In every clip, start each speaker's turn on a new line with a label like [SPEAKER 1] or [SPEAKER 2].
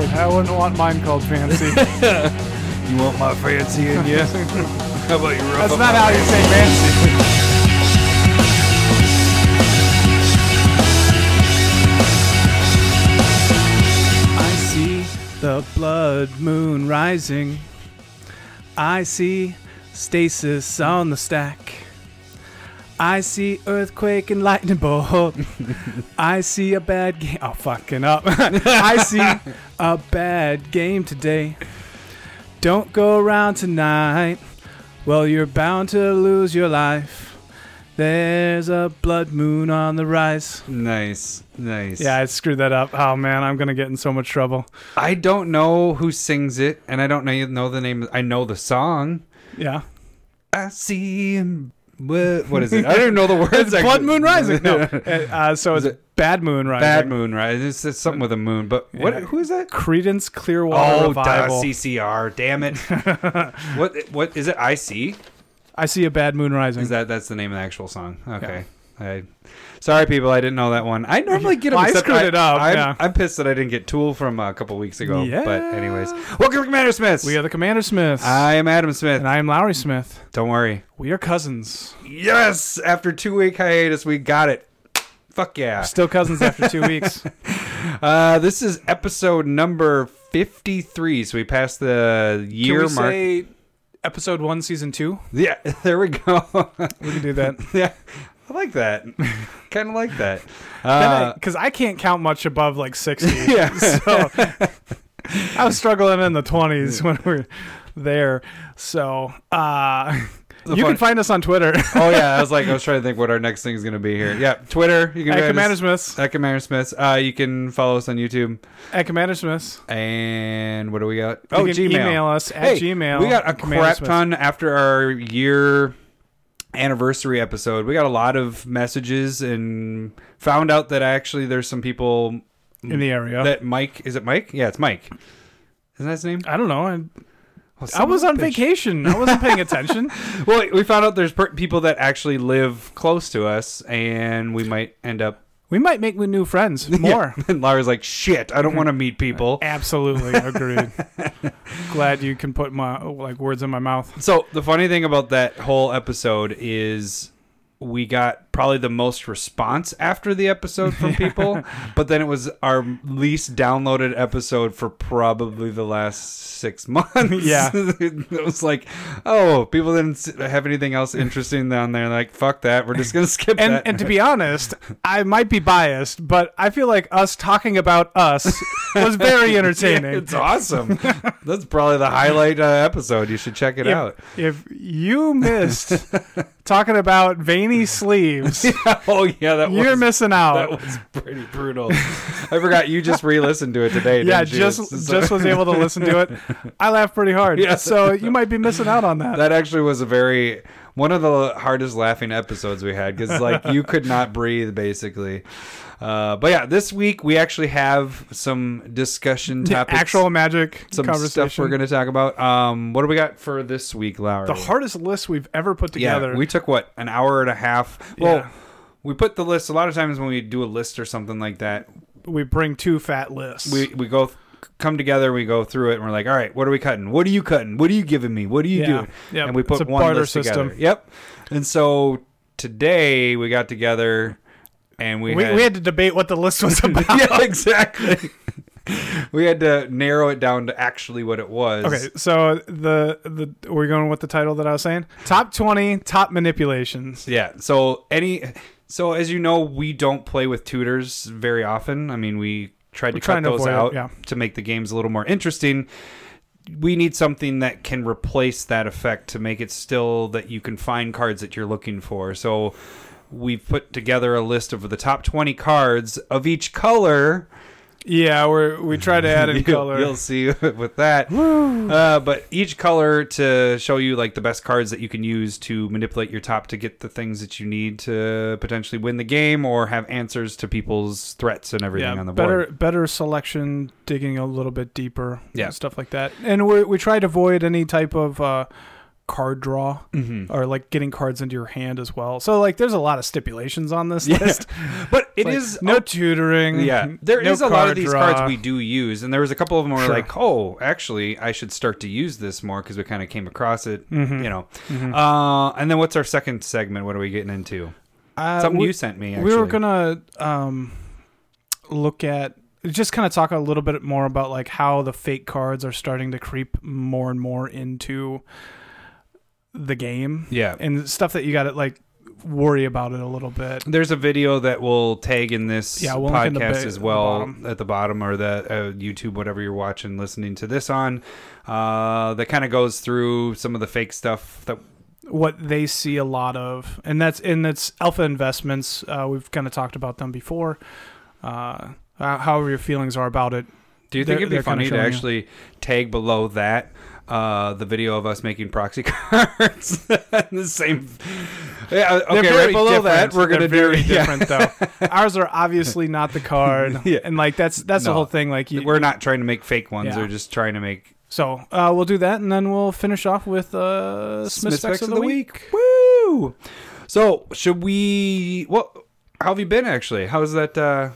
[SPEAKER 1] want mine called fancy.
[SPEAKER 2] You want my fancy in you? How about you rub
[SPEAKER 1] That's
[SPEAKER 2] up
[SPEAKER 1] not
[SPEAKER 2] my
[SPEAKER 1] how you
[SPEAKER 2] fancy?
[SPEAKER 1] say fancy. I see the blood moon rising. I see stasis on the stack. I see earthquake and lightning bolt. I see a bad game. Oh, fucking up. I see a bad game today. Don't go around tonight. Well, you're bound to lose your life. There's a blood moon on the rise.
[SPEAKER 2] Nice, nice.
[SPEAKER 1] Yeah, I screwed that up. Oh man, I'm gonna get in so much trouble.
[SPEAKER 2] I don't know who sings it, and I don't know know the name. I know the song.
[SPEAKER 1] Yeah,
[SPEAKER 2] I see. him- What, what is it? I don't know the words.
[SPEAKER 1] it's blood
[SPEAKER 2] actually.
[SPEAKER 1] moon rising. No, uh, so it's
[SPEAKER 2] Is it-
[SPEAKER 1] bad moon rising.
[SPEAKER 2] Bad Moon Rising. It's, it's something with a moon, but what?
[SPEAKER 1] Yeah.
[SPEAKER 2] Who is that?
[SPEAKER 1] Credence Clearwater
[SPEAKER 2] Oh, duh,
[SPEAKER 1] Revival.
[SPEAKER 2] CCR. Damn it. what? What is it? I see.
[SPEAKER 1] I see a bad moon rising.
[SPEAKER 2] Is that that's the name of the actual song? Okay. I, sorry, people. I didn't know that one. I normally get
[SPEAKER 1] Well, I
[SPEAKER 2] upset.
[SPEAKER 1] screwed it up,
[SPEAKER 2] I'm,
[SPEAKER 1] yeah.
[SPEAKER 2] I'm pissed that I didn't get Tool from uh, a couple weeks ago.
[SPEAKER 1] Yeah.
[SPEAKER 2] But anyways, welcome to Commander Smiths.
[SPEAKER 1] we are the Commander Smiths,
[SPEAKER 2] I am Adam Smith.
[SPEAKER 1] and I am Lowry Smith.
[SPEAKER 2] Don't worry.
[SPEAKER 1] We are cousins.
[SPEAKER 2] Yes. After two week hiatus, we got it. Fuck yeah.
[SPEAKER 1] Still cousins after two weeks.
[SPEAKER 2] Uh, this is episode number fifty three. So we passed the
[SPEAKER 1] Can
[SPEAKER 2] year
[SPEAKER 1] we
[SPEAKER 2] mark.
[SPEAKER 1] say episode one, season two?
[SPEAKER 2] Yeah, there we go.
[SPEAKER 1] We can do that.
[SPEAKER 2] yeah, I like that. kind of like that. Uh,
[SPEAKER 1] because I can't count much above like 60.
[SPEAKER 2] Yeah.
[SPEAKER 1] So I was struggling in the 20s when we were there. So uh, you
[SPEAKER 2] fun-
[SPEAKER 1] can find us on Twitter
[SPEAKER 2] oh yeah, I was like, I was trying to think what our next thing is going to be here. Yeah, Twitter. You can
[SPEAKER 1] at
[SPEAKER 2] find
[SPEAKER 1] Commander
[SPEAKER 2] us-
[SPEAKER 1] Smiths.
[SPEAKER 2] At Commander Smiths. Uh, you can follow us on YouTube.
[SPEAKER 1] At Commander Smiths.
[SPEAKER 2] And what do we got?
[SPEAKER 1] You can email us at
[SPEAKER 2] Oh, hey,
[SPEAKER 1] Gmail.
[SPEAKER 2] We got a
[SPEAKER 1] Commander
[SPEAKER 2] crap
[SPEAKER 1] Smiths.
[SPEAKER 2] ton after our year anniversary episode. We got a lot of messages and found out that actually there's some people
[SPEAKER 1] in the area.
[SPEAKER 2] that Mike is it Mike? Yeah, it's Mike. Isn't that his name?
[SPEAKER 1] I don't know. I,
[SPEAKER 2] Oh,
[SPEAKER 1] I was on
[SPEAKER 2] bitch.
[SPEAKER 1] vacation. I wasn't paying attention.
[SPEAKER 2] Well, we found out there's per- people that actually live close to us, and we might end up
[SPEAKER 1] We might make new friends. More. Mm-hmm.
[SPEAKER 2] Yeah. And Lara's like, "Shit, I don't want to meet people."
[SPEAKER 1] Absolutely agreed. Glad you can put my like words in my mouth.
[SPEAKER 2] So the funny thing about that whole episode is we got probably the most response after the episode from people, but then it was our least downloaded episode for probably the last six months.
[SPEAKER 1] Yeah.
[SPEAKER 2] it was like, oh, people didn't s- have anything else interesting down there. Like, fuck that, we're just gonna skip
[SPEAKER 1] and
[SPEAKER 2] that.
[SPEAKER 1] and to be honest, I might be biased, but I feel like us talking about us was very entertaining.
[SPEAKER 2] it's awesome. That's probably the highlight uh, episode. You should check it
[SPEAKER 1] if,
[SPEAKER 2] out.
[SPEAKER 1] if you missed talking about veiny sleeves,
[SPEAKER 2] oh yeah, that
[SPEAKER 1] you're
[SPEAKER 2] was
[SPEAKER 1] missing
[SPEAKER 2] that
[SPEAKER 1] out.
[SPEAKER 2] was pretty brutal. Oh. I forgot you just re-listened to it today.
[SPEAKER 1] Yeah,
[SPEAKER 2] didn't you?
[SPEAKER 1] just
[SPEAKER 2] It's- it's-
[SPEAKER 1] just was able to listen to it. I laughed pretty hard.
[SPEAKER 2] Yeah.
[SPEAKER 1] So you might be missing out on that.
[SPEAKER 2] that actually was a very one of the hardest laughing episodes we had because like you could not breathe basically. Uh, but yeah, this week we actually have some discussion topics,
[SPEAKER 1] Actual magic
[SPEAKER 2] some
[SPEAKER 1] conversation.
[SPEAKER 2] stuff we're going to talk about. Um, what do we got for this week, Lowry?
[SPEAKER 1] the hardest list we've ever put
[SPEAKER 2] Yeah,
[SPEAKER 1] together.
[SPEAKER 2] we took what an hour and a half. Well,
[SPEAKER 1] Yeah.
[SPEAKER 2] we put the list. A lot of times when we do a list or something like that,
[SPEAKER 1] we bring two fat lists.
[SPEAKER 2] we we go come together, we go through it, and we're like, all right, what are we cutting? What are you cutting? What are you giving me? What are you
[SPEAKER 1] Yeah.
[SPEAKER 2] doing?
[SPEAKER 1] Yep.
[SPEAKER 2] And we put
[SPEAKER 1] It's a
[SPEAKER 2] one
[SPEAKER 1] barter
[SPEAKER 2] list together.
[SPEAKER 1] system.
[SPEAKER 2] Yep. And so today we got together and we
[SPEAKER 1] we,
[SPEAKER 2] had,
[SPEAKER 1] we had to debate what the list was about.
[SPEAKER 2] yeah exactly. we had to narrow it down to actually what it was.
[SPEAKER 1] Okay, so the the we're going with the title that I was saying. Top twenty, top manipulations.
[SPEAKER 2] Yeah. So any so as you know, we don't play with tutors very often. I mean, we tried to cut
[SPEAKER 1] trying to
[SPEAKER 2] those
[SPEAKER 1] avoid it,
[SPEAKER 2] out
[SPEAKER 1] yeah.
[SPEAKER 2] to make the games a little more interesting. We need something that can replace that effect to make it still that you can find cards that you're looking for. So we've put together a list of the top 20 cards of each color.
[SPEAKER 1] Yeah, we're we try to add in
[SPEAKER 2] You-
[SPEAKER 1] color.
[SPEAKER 2] You'll see with that. Uh, but each color to show you like the best cards that you can use to manipulate your top to get the things that you need to potentially win the game or have answers to people's threats and everything
[SPEAKER 1] yeah,
[SPEAKER 2] on the
[SPEAKER 1] better
[SPEAKER 2] board.
[SPEAKER 1] better selection, digging a little bit deeper,
[SPEAKER 2] Yeah.
[SPEAKER 1] stuff like that. And we we try to avoid any type of uh, card draw
[SPEAKER 2] Mhm.
[SPEAKER 1] or like getting cards into your hand as well. So like there's a lot of stipulations on this
[SPEAKER 2] Yeah.
[SPEAKER 1] list.
[SPEAKER 2] But it
[SPEAKER 1] Like,
[SPEAKER 2] is
[SPEAKER 1] no tutoring.
[SPEAKER 2] Yeah, there is
[SPEAKER 1] no
[SPEAKER 2] a lot of
[SPEAKER 1] card
[SPEAKER 2] these
[SPEAKER 1] draw.
[SPEAKER 2] cards we do use, and there was a couple of them where
[SPEAKER 1] Sure.
[SPEAKER 2] like, oh, actually, I should start to use this more because we kind of came across it,
[SPEAKER 1] Mhm.
[SPEAKER 2] you know.
[SPEAKER 1] Mhm.
[SPEAKER 2] Uh, and then what's our second segment? What are we getting into?
[SPEAKER 1] Uh,
[SPEAKER 2] Something
[SPEAKER 1] we,
[SPEAKER 2] you sent me. Actually.
[SPEAKER 1] we were gonna um, look at just kind of talk a little bit more about like how the fake cards are starting to creep more and more into the game
[SPEAKER 2] Yeah,
[SPEAKER 1] and stuff that you got to like worry about it a little bit.
[SPEAKER 2] there's a video that we'll tag in this
[SPEAKER 1] Yeah, we'll link in the ba-
[SPEAKER 2] podcast as
[SPEAKER 1] the
[SPEAKER 2] well
[SPEAKER 1] bottom.
[SPEAKER 2] at the bottom or the uh, YouTube, whatever you're watching, listening to this on. Uh, that kind of goes through some of the fake stuff that
[SPEAKER 1] what they see a lot of, and that's and that's Alpha Investments. Uh, we've kind of talked about them before. Uh, how- however, your feelings are about it.
[SPEAKER 2] Do you
[SPEAKER 1] They're-
[SPEAKER 2] think it'd be
[SPEAKER 1] they're kinda
[SPEAKER 2] funny to
[SPEAKER 1] showing you.
[SPEAKER 2] actually tag below that uh, the video of us making proxy cards? the same. Yeah, okay,
[SPEAKER 1] They're very
[SPEAKER 2] right below
[SPEAKER 1] different.
[SPEAKER 2] that, we're going to
[SPEAKER 1] They're
[SPEAKER 2] do.
[SPEAKER 1] very
[SPEAKER 2] yeah,
[SPEAKER 1] different though. Ours are obviously not the card,
[SPEAKER 2] Yeah.
[SPEAKER 1] and like that's that's the
[SPEAKER 2] No.
[SPEAKER 1] whole thing. Like you,
[SPEAKER 2] we're not trying to make fake ones.
[SPEAKER 1] Yeah.
[SPEAKER 2] We're just trying to make
[SPEAKER 1] so uh, we'll do that, and then we'll finish off with uh, Smith
[SPEAKER 2] Smith
[SPEAKER 1] Specs of the, week.
[SPEAKER 2] Woo! So, should we. Well, how have you been, actually? How's that uh,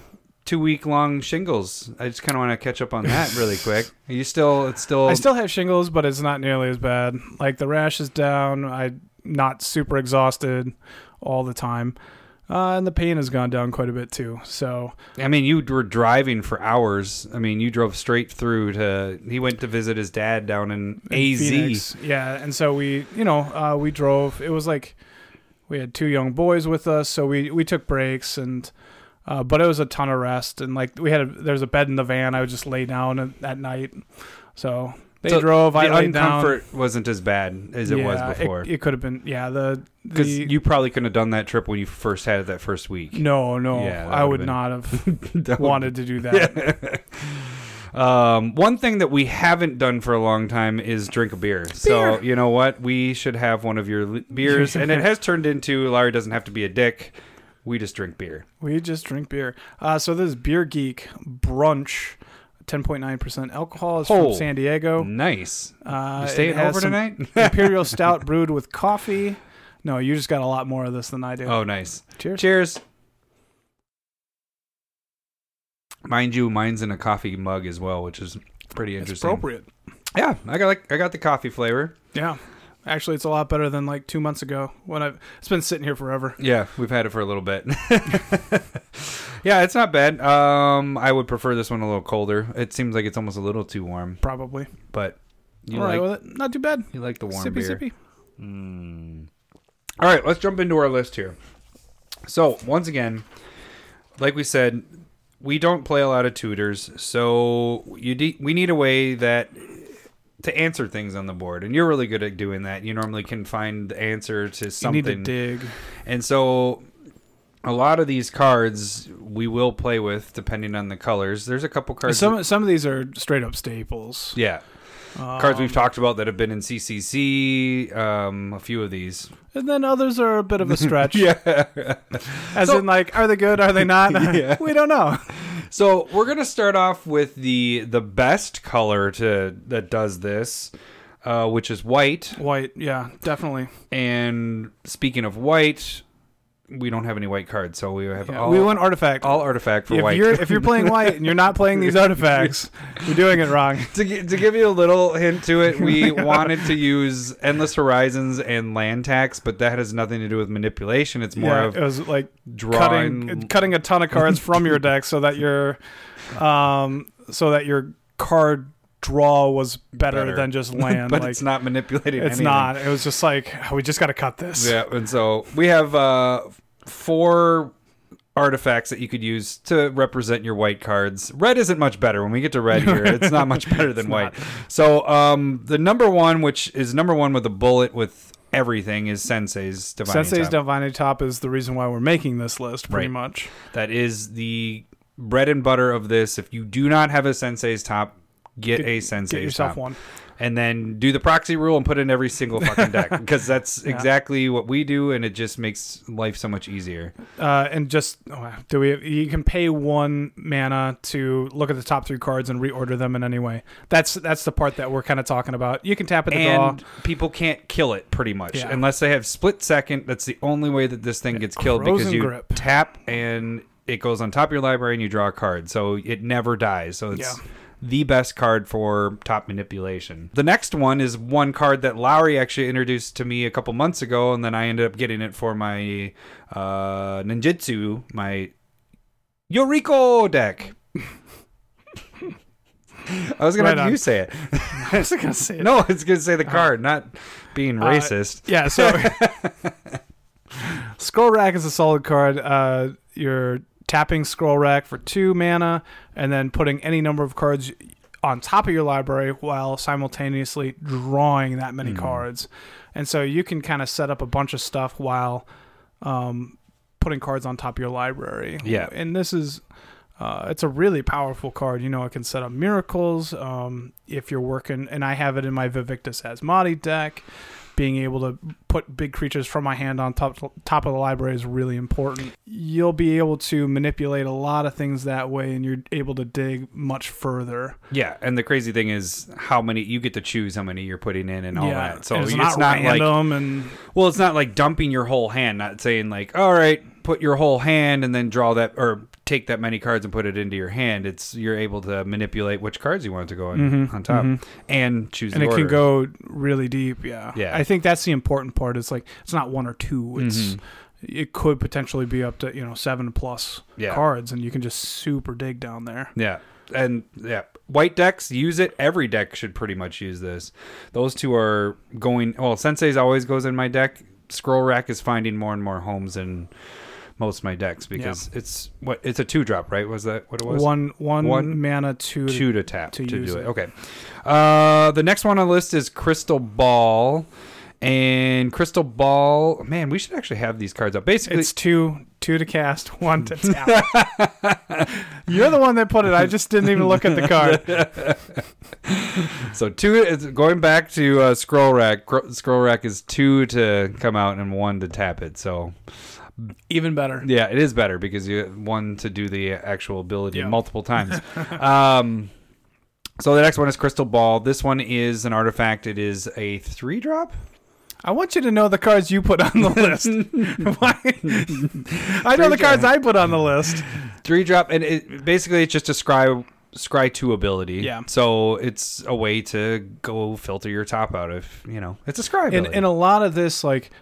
[SPEAKER 2] two week long shingles? I just kind of want to catch up on that really quick. Are you still. It's still.
[SPEAKER 1] I still have shingles, but it's not nearly as bad. Like the rash is down. I not super exhausted all the time, uh, and the pain has gone down quite a bit too. So
[SPEAKER 2] I mean, you were driving for hours. I mean, you drove straight through to. He went to visit his dad down in,
[SPEAKER 1] in
[SPEAKER 2] AZ.
[SPEAKER 1] Phoenix. Yeah, and so we, you know, uh, we drove. It was like we had two young boys with us, so we we took breaks and. Uh, but it was a ton of rest, and like we had, a, there was a bed in the van. I would just lay down at, at night. So they
[SPEAKER 2] So
[SPEAKER 1] drove. I
[SPEAKER 2] the
[SPEAKER 1] laid down.
[SPEAKER 2] uncomfort wasn't as bad as it was
[SPEAKER 1] Yeah,
[SPEAKER 2] before.
[SPEAKER 1] It, it could have been, yeah. The
[SPEAKER 2] Because
[SPEAKER 1] the
[SPEAKER 2] you probably couldn't have done that trip when you first had it that first week.
[SPEAKER 1] no no,
[SPEAKER 2] Yeah, that
[SPEAKER 1] I would
[SPEAKER 2] would've been-
[SPEAKER 1] not have
[SPEAKER 2] That would-
[SPEAKER 1] wanted to do that.
[SPEAKER 2] um, one thing that we haven't done for a long time is drink a beer. So you know what? We should have one of your li- beers, and it has turned into Larry doesn't have to be a dick. We just drink beer.
[SPEAKER 1] We just drink beer. Uh, so this is Beer Geek brunch, ten point nine percent alcohol is
[SPEAKER 2] Oh.
[SPEAKER 1] from San Diego.
[SPEAKER 2] Nice.
[SPEAKER 1] Uh,
[SPEAKER 2] You
[SPEAKER 1] it
[SPEAKER 2] staying
[SPEAKER 1] has
[SPEAKER 2] over
[SPEAKER 1] some
[SPEAKER 2] tonight?
[SPEAKER 1] imperial stout brewed with coffee. No, you just got a lot more of this than I do.
[SPEAKER 2] Oh, nice.
[SPEAKER 1] Cheers.
[SPEAKER 2] Cheers. Mind you, mine's in a coffee mug as well, which is pretty
[SPEAKER 1] It's
[SPEAKER 2] interesting.
[SPEAKER 1] appropriate.
[SPEAKER 2] Yeah, I got like I got the coffee flavor.
[SPEAKER 1] Yeah. Actually, it's a lot better than like two months ago when I've. It's been sitting here forever.
[SPEAKER 2] Yeah, we've had it for a little bit. yeah, it's not bad. Um, I would prefer this one a little colder. It seems like it's almost a little too warm,
[SPEAKER 1] Probably.
[SPEAKER 2] but you
[SPEAKER 1] All right
[SPEAKER 2] like
[SPEAKER 1] with it. Not too bad.
[SPEAKER 2] you like the warm
[SPEAKER 1] sippy,
[SPEAKER 2] beer.
[SPEAKER 1] sippy.
[SPEAKER 2] Mm. All right, let's jump into our list here. So, once again, like we said, we don't play a lot of tutors, so you de- we need a way that to answer things on the board, and you're really good at doing that. You normally can find the answer to something,
[SPEAKER 1] You need to dig.
[SPEAKER 2] and so a lot of these cards we will play with depending on the colors. There's a couple cards,
[SPEAKER 1] Some some of these are straight up staples.
[SPEAKER 2] yeah, cards
[SPEAKER 1] Um,
[SPEAKER 2] we've talked about that have been in CCC. Um, a few of these,
[SPEAKER 1] and then others are a bit of a stretch.
[SPEAKER 2] yeah.
[SPEAKER 1] As
[SPEAKER 2] So-
[SPEAKER 1] in, like, are they good? Are they not?
[SPEAKER 2] Yeah.
[SPEAKER 1] we don't know.
[SPEAKER 2] So we're gonna start off with the the best color to that does this, uh, which is white.
[SPEAKER 1] White, yeah, definitely.
[SPEAKER 2] And speaking of white, we don't have any white cards, so we have
[SPEAKER 1] Yeah.
[SPEAKER 2] all
[SPEAKER 1] we went artifact.
[SPEAKER 2] all artifact for
[SPEAKER 1] if
[SPEAKER 2] white.
[SPEAKER 1] you're if you're playing white and you're not playing these artifacts, you're doing it wrong.
[SPEAKER 2] to, gi- to give you a little hint to it, we wanted to use Endless Horizons and Land Tax, but that has nothing to do with manipulation. It's more
[SPEAKER 1] yeah,
[SPEAKER 2] of
[SPEAKER 1] it was like
[SPEAKER 2] drawing.
[SPEAKER 1] cutting cutting a ton of cards from your deck so that your um so that your card draw was better,
[SPEAKER 2] Better.
[SPEAKER 1] than just land.
[SPEAKER 2] but
[SPEAKER 1] like
[SPEAKER 2] it's not manipulating.
[SPEAKER 1] it's
[SPEAKER 2] anything.
[SPEAKER 1] not. It was just like "Oh, we just got to cut this.
[SPEAKER 2] Yeah, and so we have uh, four artifacts that you could use to represent your white cards. Red isn't much better. When we get to red here, it's not much better than white. So um, the number one, which is number one with a bullet with everything, is Sensei's Divine.
[SPEAKER 1] Sensei's Divining Top is the reason why we're making this list, pretty
[SPEAKER 2] Right.
[SPEAKER 1] much.
[SPEAKER 2] That is the bread and butter of this. If you do not have a Sensei's top, get, a Sensei's
[SPEAKER 1] Get yourself
[SPEAKER 2] top.
[SPEAKER 1] one.
[SPEAKER 2] and then do the proxy rule and put in every single fucking deck because that's exactly what we do, and it just makes life so much easier.
[SPEAKER 1] Uh, and just oh, wow. do we? You can pay one mana to look at the top three cards and reorder them in any way. That's that's the part that we're kind of talking about. You can tap at the
[SPEAKER 2] and
[SPEAKER 1] draw.
[SPEAKER 2] people can't kill it pretty much
[SPEAKER 1] Yeah.
[SPEAKER 2] unless they have split second. That's the only way that this thing gets killed
[SPEAKER 1] Crows
[SPEAKER 2] because
[SPEAKER 1] and
[SPEAKER 2] you
[SPEAKER 1] grip.
[SPEAKER 2] tap and it goes on top of your library and you draw a card, so it never dies. So it's
[SPEAKER 1] Yeah.
[SPEAKER 2] the best card for top manipulation. The next one is one card that Lowry actually introduced to me a couple months ago, and then I ended up getting it for my uh, ninjutsu, my Yoriko deck. I was gonna
[SPEAKER 1] Right
[SPEAKER 2] have
[SPEAKER 1] on.
[SPEAKER 2] you say it.
[SPEAKER 1] I was gonna say it. Uh-huh.
[SPEAKER 2] No, it's gonna say the card, not being
[SPEAKER 1] Uh,
[SPEAKER 2] racist.
[SPEAKER 1] Yeah, so Scroll Rack is a solid card. Uh, you're tapping Scroll Rack for two mana and then putting any number of cards on top of your library while simultaneously drawing that many cards. And so you can kind of set up a bunch of stuff while um, putting cards on top of your library.
[SPEAKER 2] Yeah.
[SPEAKER 1] And this is. Uh, it's a really powerful card. You know, it can set up miracles. Um, if you're working, and I have it in my Vivictus Asmati deck, being able to put big creatures from my hand on top top of the library is really important. You'll be able to manipulate a lot of things that way, and you're able to dig much further.
[SPEAKER 2] Yeah, and the crazy thing is how many you get to choose how many you're putting in and all that. So
[SPEAKER 1] and
[SPEAKER 2] it's,
[SPEAKER 1] it's, not,
[SPEAKER 2] not, like
[SPEAKER 1] random, and
[SPEAKER 2] well, it's not like dumping your whole hand. Not saying like, all right, put your whole hand and then draw that or take that many cards and put it into your hand. It's you're able to manipulate which cards you want to go on, on top and choose.
[SPEAKER 1] Mm-hmm. and
[SPEAKER 2] the
[SPEAKER 1] it
[SPEAKER 2] order.
[SPEAKER 1] can go really deep. Yeah,
[SPEAKER 2] Yeah. Mm-hmm.
[SPEAKER 1] I think that's the important part. It's like it's not one or two. It's it could potentially be up to you know seven plus
[SPEAKER 2] Yeah.
[SPEAKER 1] cards, and you can just super dig down there.
[SPEAKER 2] Yeah. And yeah, white decks use it. Every deck should pretty much use this. Those two are going well. Sensei's always goes in my deck. Scroll rack is finding more and more homes in most of my decks because it's what it's a two drop, right? Was that what it was?
[SPEAKER 1] One one
[SPEAKER 2] One,
[SPEAKER 1] mana two.
[SPEAKER 2] two to tap
[SPEAKER 1] to
[SPEAKER 2] to,
[SPEAKER 1] use
[SPEAKER 2] do it.
[SPEAKER 1] it.
[SPEAKER 2] Okay. Uh, the next one on the list is Crystal Ball, and Crystal Ball. Man, we should actually have these cards up. Basically,
[SPEAKER 1] It's two two to cast, one to tap. You're the one that put it. I just didn't even look at the card.
[SPEAKER 2] So two it's going back to uh, scroll rack. Gr- Scroll rack is two to come out and one to tap it. So
[SPEAKER 1] Even better.
[SPEAKER 2] yeah, it is better because you one to do the actual ability
[SPEAKER 1] Yeah.
[SPEAKER 2] multiple times. um, so the next one is crystal ball. This one is an artifact. It is a three drop.
[SPEAKER 1] I want you to know the cards you put on the list. Why? I know the cards I put on the list.
[SPEAKER 2] three drop and it basically it's just a scry scry two ability
[SPEAKER 1] Yeah.
[SPEAKER 2] so it's a way to go filter your top out if you know it's a scry
[SPEAKER 1] In
[SPEAKER 2] ability.
[SPEAKER 1] in a lot of this, like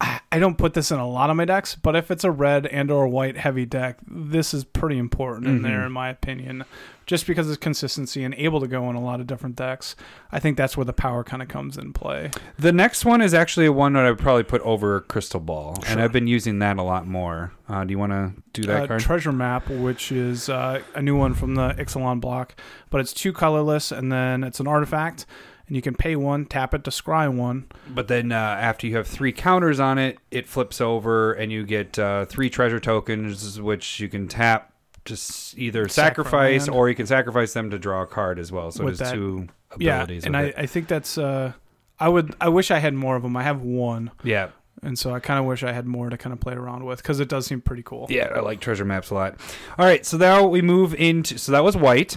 [SPEAKER 1] I I don't put this in a lot of my decks, but if it's a red and or white heavy deck, this is pretty important in
[SPEAKER 2] Mm-hmm.
[SPEAKER 1] there, in my opinion. Just because it's consistency and able to go in a lot of different decks, I think that's where the power kind of comes in play.
[SPEAKER 2] The next one is actually one that I would probably put over Crystal Ball, and I've been using that a lot more. Uh, do you want to do that
[SPEAKER 1] uh,
[SPEAKER 2] card?
[SPEAKER 1] Treasure Map, which is uh, a new one from the Ixalan block, but it's two colorless, and then it's an artifact, and you can pay one, tap it to scry one.
[SPEAKER 2] but then uh, after you have three counters on it, it flips over, and you get uh, three treasure tokens, which you can tap to s- either sacrifice,
[SPEAKER 1] Sacrament.
[SPEAKER 2] or you can sacrifice them to draw a card as well. So
[SPEAKER 1] With
[SPEAKER 2] there's
[SPEAKER 1] that-
[SPEAKER 2] two
[SPEAKER 1] Yeah,
[SPEAKER 2] abilities.
[SPEAKER 1] and
[SPEAKER 2] with
[SPEAKER 1] I,
[SPEAKER 2] it.
[SPEAKER 1] I think that's. Uh, I would. I wish I had more of them. I have one,
[SPEAKER 2] yeah,
[SPEAKER 1] and so I kind of wish I had more to kind of play around with because it does seem pretty cool.
[SPEAKER 2] Yeah, I like treasure maps a lot. All right, so now we move into so that was white.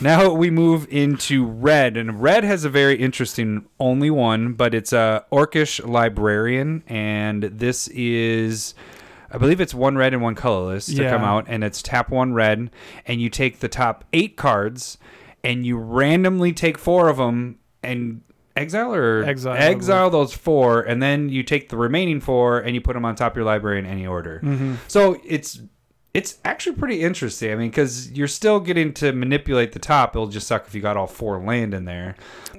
[SPEAKER 2] now we move into red, and red has a very interesting only one, but it's a orcish librarian, and this is. I believe it's one red and one colorless to
[SPEAKER 1] Yeah.
[SPEAKER 2] come out, and it's tap one red, and you take the top eight cards, and you randomly take four of them and exile or
[SPEAKER 1] Exile, I believe.
[SPEAKER 2] exile those four, and then you take the remaining four and you put them on top of your library in any order.
[SPEAKER 1] Mm-hmm.
[SPEAKER 2] So it's it's actually pretty interesting. I mean, because you're still getting to manipulate the top. It'll just suck if you got all four land in there.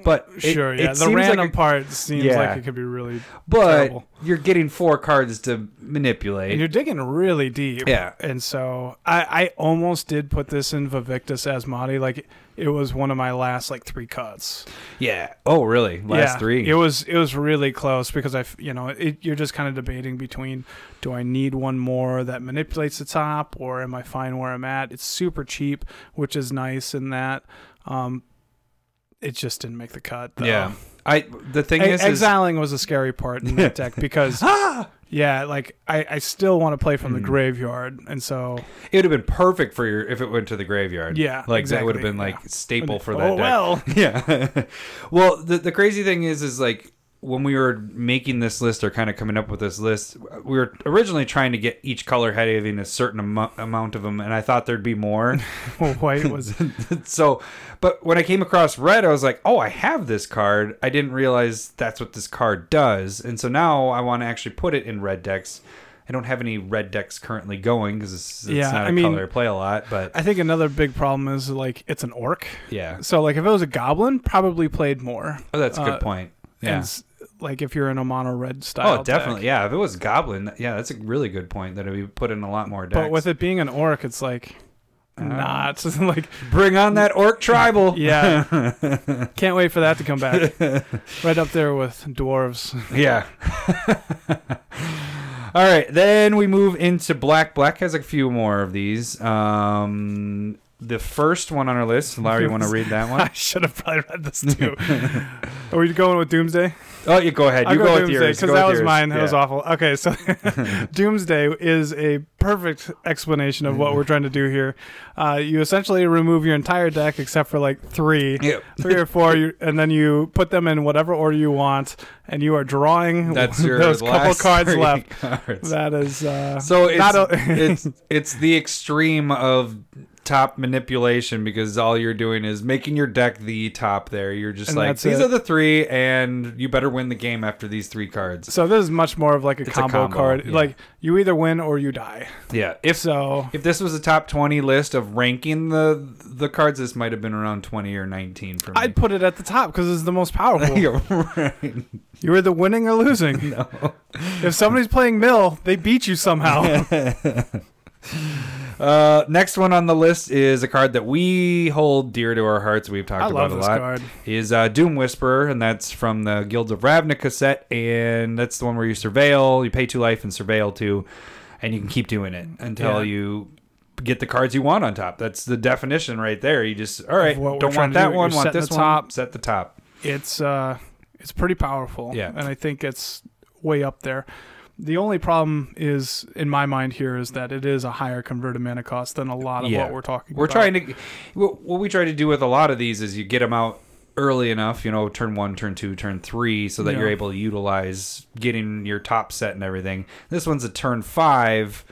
[SPEAKER 2] But it-
[SPEAKER 1] Sure.
[SPEAKER 2] it
[SPEAKER 1] yeah, the
[SPEAKER 2] seems like
[SPEAKER 1] random
[SPEAKER 2] a-
[SPEAKER 1] part seems
[SPEAKER 2] Yeah.
[SPEAKER 1] like it could be really.
[SPEAKER 2] but
[SPEAKER 1] terrible.
[SPEAKER 2] you're getting four cards to
[SPEAKER 1] And
[SPEAKER 2] manipulate.
[SPEAKER 1] you're digging really deep.
[SPEAKER 2] Yeah.
[SPEAKER 1] And so I, I almost did put this in Vivictus Asmati. Like it was one of my last like three cuts.
[SPEAKER 2] Yeah. Oh, really? Last
[SPEAKER 1] Yeah,
[SPEAKER 2] three.
[SPEAKER 1] It was it was really close because I, f- you know, it, you're just kind of debating between do I need one more that manipulates the top or am I fine where I'm at? It's super cheap, which is nice in that. Um, it just didn't make the cut. Though.
[SPEAKER 2] Yeah. I the thing
[SPEAKER 1] E-
[SPEAKER 2] is, Ah! is
[SPEAKER 1] exiling was a scary part in that deck because yeah, like I, I still want to play
[SPEAKER 2] Hmm.
[SPEAKER 1] from the graveyard, and so
[SPEAKER 2] it would have been perfect for your if it went to the graveyard.
[SPEAKER 1] Yeah,
[SPEAKER 2] like that would
[SPEAKER 1] exactly,
[SPEAKER 2] have been like
[SPEAKER 1] yeah.
[SPEAKER 2] staple for
[SPEAKER 1] oh
[SPEAKER 2] that. deck.
[SPEAKER 1] well.
[SPEAKER 2] yeah. well, the the crazy thing is, is like when we were making this list or kind of coming up with this list, we were originally trying to get each color having a certain amo- amount of them, and I thought there'd be more.
[SPEAKER 1] Well, white was
[SPEAKER 2] so, but when I came across red, I was like, oh, I have this card. I didn't realize that's what this card does, and so now I want to actually put it in red decks. I don't have any red decks currently going because it's, it's
[SPEAKER 1] Yeah,
[SPEAKER 2] not a
[SPEAKER 1] I mean-
[SPEAKER 2] color I play a lot, but
[SPEAKER 1] I think another big problem is like it's an orc.
[SPEAKER 2] yeah.
[SPEAKER 1] So like if it was a goblin, probably played more.
[SPEAKER 2] Oh, that's a good
[SPEAKER 1] Uh,
[SPEAKER 2] point.
[SPEAKER 1] And
[SPEAKER 2] Yeah.
[SPEAKER 1] s- like if you're in a mono red style.
[SPEAKER 2] Oh, definitely.
[SPEAKER 1] deck.
[SPEAKER 2] Yeah, if it was Goblin, yeah, that's a really good point that we put in a lot more decks.
[SPEAKER 1] But with it being an orc, it's like
[SPEAKER 2] Uh.
[SPEAKER 1] not like
[SPEAKER 2] bring on that Orc Tribal.
[SPEAKER 1] yeah. Can't wait for that to come back. right up there with dwarves.
[SPEAKER 2] yeah. All right, then we move into Black. Black has a few more of these. Um, the first one on our list, Larry, you want to read that
[SPEAKER 1] I
[SPEAKER 2] one?
[SPEAKER 1] should have probably read this too. Are we going with Doomsday?
[SPEAKER 2] Oh, you go ahead. You
[SPEAKER 1] I'll
[SPEAKER 2] go, with
[SPEAKER 1] Doomsday
[SPEAKER 2] yours.
[SPEAKER 1] because
[SPEAKER 2] Go
[SPEAKER 1] that
[SPEAKER 2] with
[SPEAKER 1] was
[SPEAKER 2] yours.
[SPEAKER 1] mine. That was
[SPEAKER 2] Yeah.
[SPEAKER 1] awful. Okay, so Doomsday is a perfect explanation of what we're trying to do here. Uh, you essentially remove your entire deck except for like three,
[SPEAKER 2] Yep.
[SPEAKER 1] three or four, you, and then you put them in whatever order you want, and you are drawing
[SPEAKER 2] That's your
[SPEAKER 1] those couple
[SPEAKER 2] last
[SPEAKER 1] cards
[SPEAKER 2] three
[SPEAKER 1] left.
[SPEAKER 2] cards.
[SPEAKER 1] That is uh,
[SPEAKER 2] So it's
[SPEAKER 1] not a-
[SPEAKER 2] it's it's the extreme of top manipulation because all you're doing is making your deck the top there. You're just
[SPEAKER 1] And
[SPEAKER 2] like
[SPEAKER 1] that's
[SPEAKER 2] these
[SPEAKER 1] it.
[SPEAKER 2] are the three and you better win the game after these three cards.
[SPEAKER 1] so. This is much more of like a,
[SPEAKER 2] It's a
[SPEAKER 1] combo,
[SPEAKER 2] combo,
[SPEAKER 1] card.
[SPEAKER 2] yeah.
[SPEAKER 1] Like you either win or you die.
[SPEAKER 2] Yeah. If
[SPEAKER 1] So
[SPEAKER 2] if this was a top 20 list of ranking the the cards this might have been around 20 or 19 for me.
[SPEAKER 1] I'd put it at the top because it's the most powerful.
[SPEAKER 2] You're right.
[SPEAKER 1] You're either winning or losing. no. If somebody's playing mill, they beat you somehow.
[SPEAKER 2] Uh, next one on the list is a card that we hold dear to our hearts. We've talked
[SPEAKER 1] I
[SPEAKER 2] about
[SPEAKER 1] love
[SPEAKER 2] a
[SPEAKER 1] this
[SPEAKER 2] lot.
[SPEAKER 1] card.
[SPEAKER 2] Is uh, Doom Whisperer, and that's from the Guilds of Ravnica set, and that's the one where you surveil, you pay two life and surveil two, and you can keep doing it until
[SPEAKER 1] Yeah.
[SPEAKER 2] you get the cards you want on top. That's the definition right there. You just all right,
[SPEAKER 1] Of what we're
[SPEAKER 2] don't
[SPEAKER 1] trying
[SPEAKER 2] want
[SPEAKER 1] to
[SPEAKER 2] that
[SPEAKER 1] do,
[SPEAKER 2] one,
[SPEAKER 1] you're
[SPEAKER 2] want
[SPEAKER 1] setting
[SPEAKER 2] this
[SPEAKER 1] the
[SPEAKER 2] one,
[SPEAKER 1] top.
[SPEAKER 2] set the top.
[SPEAKER 1] It's uh it's pretty powerful.
[SPEAKER 2] Yeah.
[SPEAKER 1] And I think it's way up there. The only problem is in my mind here is that it is a higher converted mana cost than a lot of
[SPEAKER 2] Yeah.
[SPEAKER 1] what we're talking
[SPEAKER 2] We're
[SPEAKER 1] about.
[SPEAKER 2] trying to what what we try to do with a lot of these is you get them out early enough, you know, turn 1, turn 2, turn 3 so that
[SPEAKER 1] Yeah.
[SPEAKER 2] you're able to utilize getting your top set and everything. This one's a turn 5,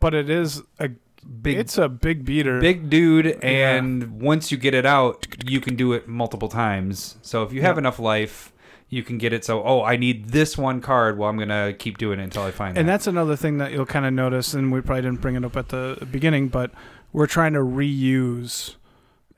[SPEAKER 1] but it is a
[SPEAKER 2] big
[SPEAKER 1] it's a big beater.
[SPEAKER 2] big dude and once you get it out, you can do it multiple times. So if you have
[SPEAKER 1] Yeah.
[SPEAKER 2] enough life, you can get it so oh, I need this one card, well I'm going to keep doing it until I find
[SPEAKER 1] and
[SPEAKER 2] that.
[SPEAKER 1] that's another thing that you'll kind of notice and we probably didn't bring it up at the beginning, but we're trying to reuse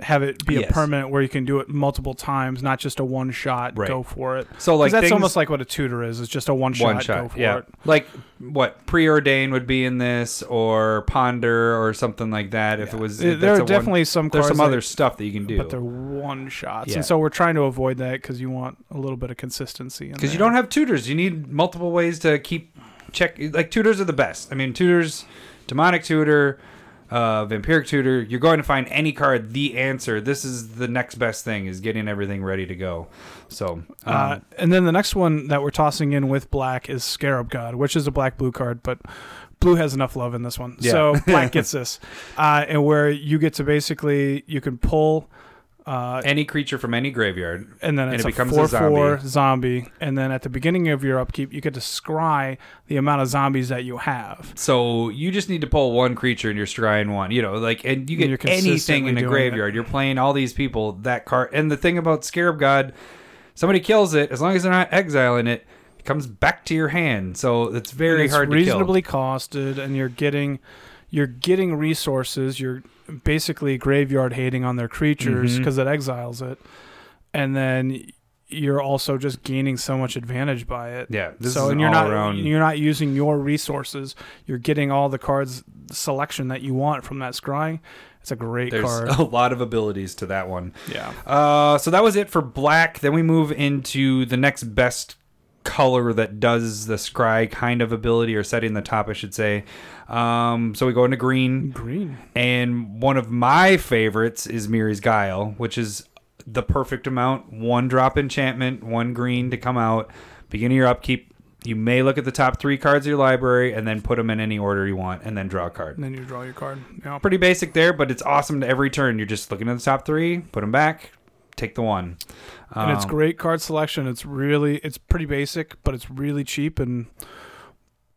[SPEAKER 1] have it be
[SPEAKER 2] Yes.
[SPEAKER 1] a permanent where you can do it multiple times, not just a one shot
[SPEAKER 2] Right.
[SPEAKER 1] go for it.
[SPEAKER 2] so like
[SPEAKER 1] 'Cause that's
[SPEAKER 2] things,
[SPEAKER 1] almost like what a tutor is. It's just a one shot.
[SPEAKER 2] one
[SPEAKER 1] Go
[SPEAKER 2] shot.
[SPEAKER 1] for
[SPEAKER 2] Yeah.
[SPEAKER 1] it.
[SPEAKER 2] Like what preordain would be in this or ponder or something like that if it was
[SPEAKER 1] There-
[SPEAKER 2] that's
[SPEAKER 1] there
[SPEAKER 2] a
[SPEAKER 1] are
[SPEAKER 2] one-
[SPEAKER 1] definitely some
[SPEAKER 2] there's
[SPEAKER 1] cards
[SPEAKER 2] some
[SPEAKER 1] that-
[SPEAKER 2] other stuff that you can
[SPEAKER 1] but they're
[SPEAKER 2] do.
[SPEAKER 1] one shots,
[SPEAKER 2] Yeah.
[SPEAKER 1] and so we're trying to avoid that because you want a little bit of consistency.
[SPEAKER 2] Cuz you don't have tutors. You need multiple ways to keep check like tutors are the best. I mean tutors demonic tutor uh, vampiric tutor you're going to find any card the answer this is the next best thing is getting everything ready to go so um,
[SPEAKER 1] Uh, and then the next one that we're tossing in with black is Scarab God, which is a black blue card, but blue has enough love in this one,
[SPEAKER 2] Yeah.
[SPEAKER 1] so black gets this, uh, and where you get to basically you can pull. Uh,
[SPEAKER 2] any creature from any graveyard
[SPEAKER 1] and then
[SPEAKER 2] And
[SPEAKER 1] it's a
[SPEAKER 2] it becomes a
[SPEAKER 1] four four zombie. And then at the beginning of your upkeep, you get to scry the amount of zombies that you have.
[SPEAKER 2] So you just need to pull one creature and you're scrying one, you know, like, and you
[SPEAKER 1] And
[SPEAKER 2] get
[SPEAKER 1] you're
[SPEAKER 2] anything
[SPEAKER 1] consistently
[SPEAKER 2] in a
[SPEAKER 1] doing
[SPEAKER 2] graveyard. You're playing all these people that card. And the thing about Scarab God, somebody kills it as long as they're not exiling it, it comes back to your hand. So it's very
[SPEAKER 1] And it's
[SPEAKER 2] hard to
[SPEAKER 1] reasonably costed, and you're getting you're getting resources. You're basically graveyard hating on their creatures
[SPEAKER 2] Mhm.
[SPEAKER 1] because it exiles it, and then you're also just gaining so much advantage by it.
[SPEAKER 2] kill. Yeah, this
[SPEAKER 1] so
[SPEAKER 2] is
[SPEAKER 1] and
[SPEAKER 2] an
[SPEAKER 1] you're
[SPEAKER 2] all
[SPEAKER 1] not
[SPEAKER 2] around.
[SPEAKER 1] you're not using your resources. You're getting all the cards selection that you want from that scrying. It's a great
[SPEAKER 2] there's
[SPEAKER 1] card.
[SPEAKER 2] a lot of abilities to that one.
[SPEAKER 1] yeah.
[SPEAKER 2] Uh, so that was it for black. Then we move into the next best color that does the scry kind of ability or setting the top, I should say. Um, so we go into green.
[SPEAKER 1] Green.
[SPEAKER 2] And one of my favorites is Miri's Guile, which is the perfect amount one drop enchantment, one green to come out. Begin your upkeep. You may look at the top three cards of your library and then put them in any order you want and then draw a card.
[SPEAKER 1] And then you draw your card. Yeah.
[SPEAKER 2] Pretty basic there, but it's awesome to every turn. You're just looking at the top three, put them back, take the one.
[SPEAKER 1] and it's
[SPEAKER 2] Um,
[SPEAKER 1] great card selection. It's really it's pretty basic, but it's really cheap and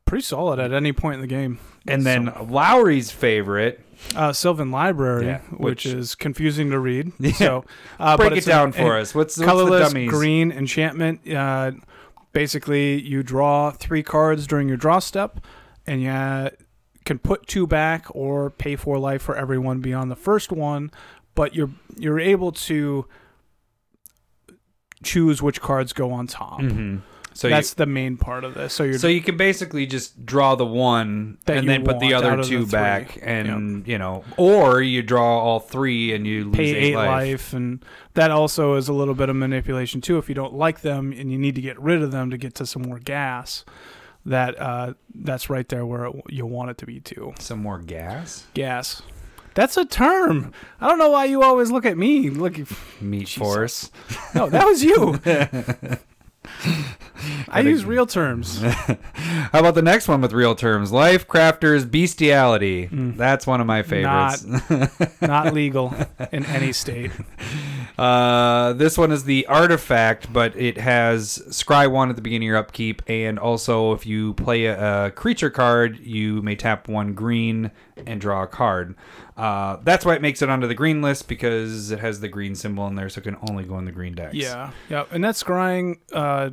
[SPEAKER 1] pretty solid at any point in the game.
[SPEAKER 2] And then Lowry's favorite
[SPEAKER 1] uh, Sylvan Library,
[SPEAKER 2] Yeah,
[SPEAKER 1] which,
[SPEAKER 2] which-
[SPEAKER 1] is confusing to read.
[SPEAKER 2] Yeah.
[SPEAKER 1] So uh,
[SPEAKER 2] break
[SPEAKER 1] but
[SPEAKER 2] it
[SPEAKER 1] it's
[SPEAKER 2] down
[SPEAKER 1] an-
[SPEAKER 2] for
[SPEAKER 1] an
[SPEAKER 2] us. What's, what's the
[SPEAKER 1] Colorless
[SPEAKER 2] dummies?
[SPEAKER 1] green enchantment. Uh, basically, you draw three cards during your draw step, and you uh, can put two back or pay for life for everyone beyond the first one. But you're you're able to choose which cards go on top.
[SPEAKER 2] hmm So you,
[SPEAKER 1] That's the main part of this. So you're
[SPEAKER 2] so you can basically just draw the one
[SPEAKER 1] That
[SPEAKER 2] and
[SPEAKER 1] you
[SPEAKER 2] then put the
[SPEAKER 1] want out
[SPEAKER 2] other
[SPEAKER 1] of the
[SPEAKER 2] two
[SPEAKER 1] three.
[SPEAKER 2] back, and you know, or you draw all three and you lose
[SPEAKER 1] pay
[SPEAKER 2] eight,
[SPEAKER 1] eight
[SPEAKER 2] life.
[SPEAKER 1] life. and that also is a little bit of manipulation too if you don't like them and you need to get rid of them to get to some more gas that uh that's right there where it, you want it to be too
[SPEAKER 2] Some more gas,
[SPEAKER 1] gas that's a term i don't know why you always look at me look
[SPEAKER 2] meat
[SPEAKER 1] Jesus.
[SPEAKER 2] force.
[SPEAKER 1] no that was you i use real terms
[SPEAKER 2] How about the next one with real terms? Life crafters bestiality.
[SPEAKER 1] Mm.
[SPEAKER 2] That's one of my favorites.
[SPEAKER 1] not legal in any state
[SPEAKER 2] Uh, this one is the artifact, but it has scry one at the beginning of your upkeep, and also if you play a, a creature card, you may tap one green and draw a card. Uh, that's why it makes it onto the green list because it has the green symbol in there, so it can only go in the green decks.
[SPEAKER 1] Yeah, yeah, and that scrying uh,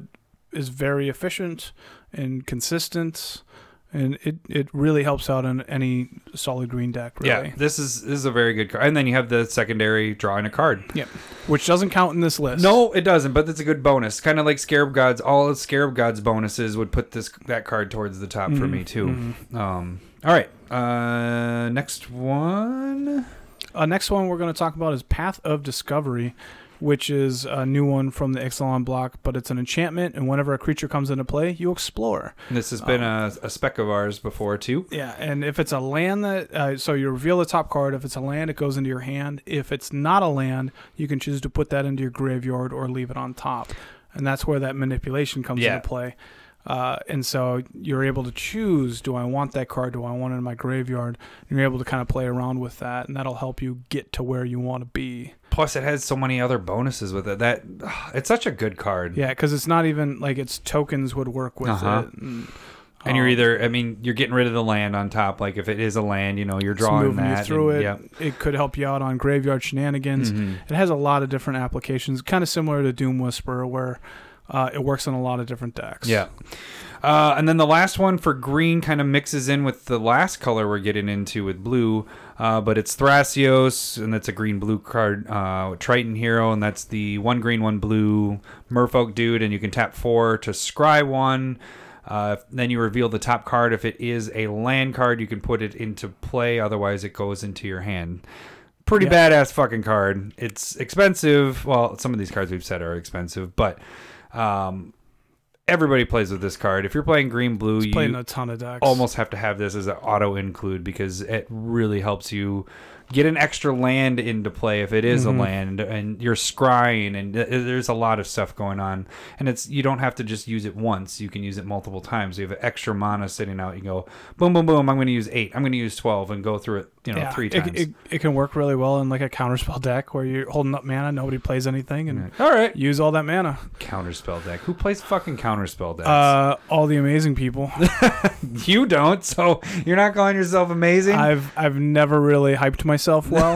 [SPEAKER 1] is very efficient and consistent, and it it really helps out in any solid green deck. Really.
[SPEAKER 2] Yeah, this is this is a very good card, and then you have the secondary drawing a card.
[SPEAKER 1] Yep. Which doesn't count in this list.
[SPEAKER 2] No, it doesn't, but that's a good bonus. Kind of like Scarab Gods. All of Scarab Gods bonuses would put this that card towards the top for
[SPEAKER 1] Mhm,
[SPEAKER 2] me too.
[SPEAKER 1] mhm.
[SPEAKER 2] Um, all right. Uh, next one.
[SPEAKER 1] Uh, next one we're going to talk about is Path of Discovery, which is a new one from the Ixalan block, but it's an enchantment, and whenever a creature comes into play, you explore.
[SPEAKER 2] This has been a, a spec of ours before too.
[SPEAKER 1] Yeah, and if it's a land that, uh, so you reveal the top card. If it's a land, it goes into your hand. If it's not a land, you can choose to put that into your graveyard or leave it on top. And that's where that manipulation comes
[SPEAKER 2] Yeah.
[SPEAKER 1] into play. Uh, and so you're able to choose do I want that card? Do I want it in my graveyard? And you're able to kind of play around with that, and that'll help you get to where you want to be.
[SPEAKER 2] Plus, it has so many other bonuses with it. That ugh, it's such a good card.
[SPEAKER 1] Yeah, because it's not even like its tokens would work with
[SPEAKER 2] Uh-huh.
[SPEAKER 1] it. And,
[SPEAKER 2] And you're
[SPEAKER 1] um,
[SPEAKER 2] either, I mean, you're getting rid of the land on top. Like if it is a land, you know, you're
[SPEAKER 1] it's
[SPEAKER 2] drawing
[SPEAKER 1] moving
[SPEAKER 2] that.
[SPEAKER 1] you through
[SPEAKER 2] and-
[SPEAKER 1] it. It could help you out on graveyard
[SPEAKER 2] Yeah.
[SPEAKER 1] shenanigans.
[SPEAKER 2] Mhm.
[SPEAKER 1] It has a lot of different applications, kind of similar to Doom Whisperer, where uh, it works on a lot of different decks.
[SPEAKER 2] Yeah. Uh, and then the last one for green kind of mixes in with the last color we're getting into with blue, uh, but it's Thrasios, and that's a green blue card, uh, Triton hero, and that's the one green, one blue Merfolk dude, and you can tap four to scry one. Uh, if- then you reveal the top card. If it is a land card, you can put it into play. Otherwise, it goes into your hand. Pretty badass fucking card. It's expensive. Well, some of these cards we've said are expensive, but um, everybody plays with this card. If you're playing green blue,
[SPEAKER 1] It's playing
[SPEAKER 2] you
[SPEAKER 1] a ton of decks.
[SPEAKER 2] almost have to have this as an auto include because it really helps you get an extra land into play if it is
[SPEAKER 1] Mhm.
[SPEAKER 2] a land and you're scrying and th- there's a lot of stuff going on and it's you don't have to just use it once you can use it multiple times you have extra mana sitting out you go boom boom boom i'm going to use 8 i'm going to use 12 and go through it you know
[SPEAKER 1] Yeah.
[SPEAKER 2] 3
[SPEAKER 1] It-
[SPEAKER 2] times
[SPEAKER 1] It, it, can work really well in like a counterspell deck where you're holding up mana, nobody plays anything, and
[SPEAKER 2] all right
[SPEAKER 1] use all that mana.
[SPEAKER 2] counterspell deck who plays fucking counterspell decks
[SPEAKER 1] Uh, all the amazing people.
[SPEAKER 2] you don't so you're not calling yourself amazing
[SPEAKER 1] I've I've never really hyped myself well,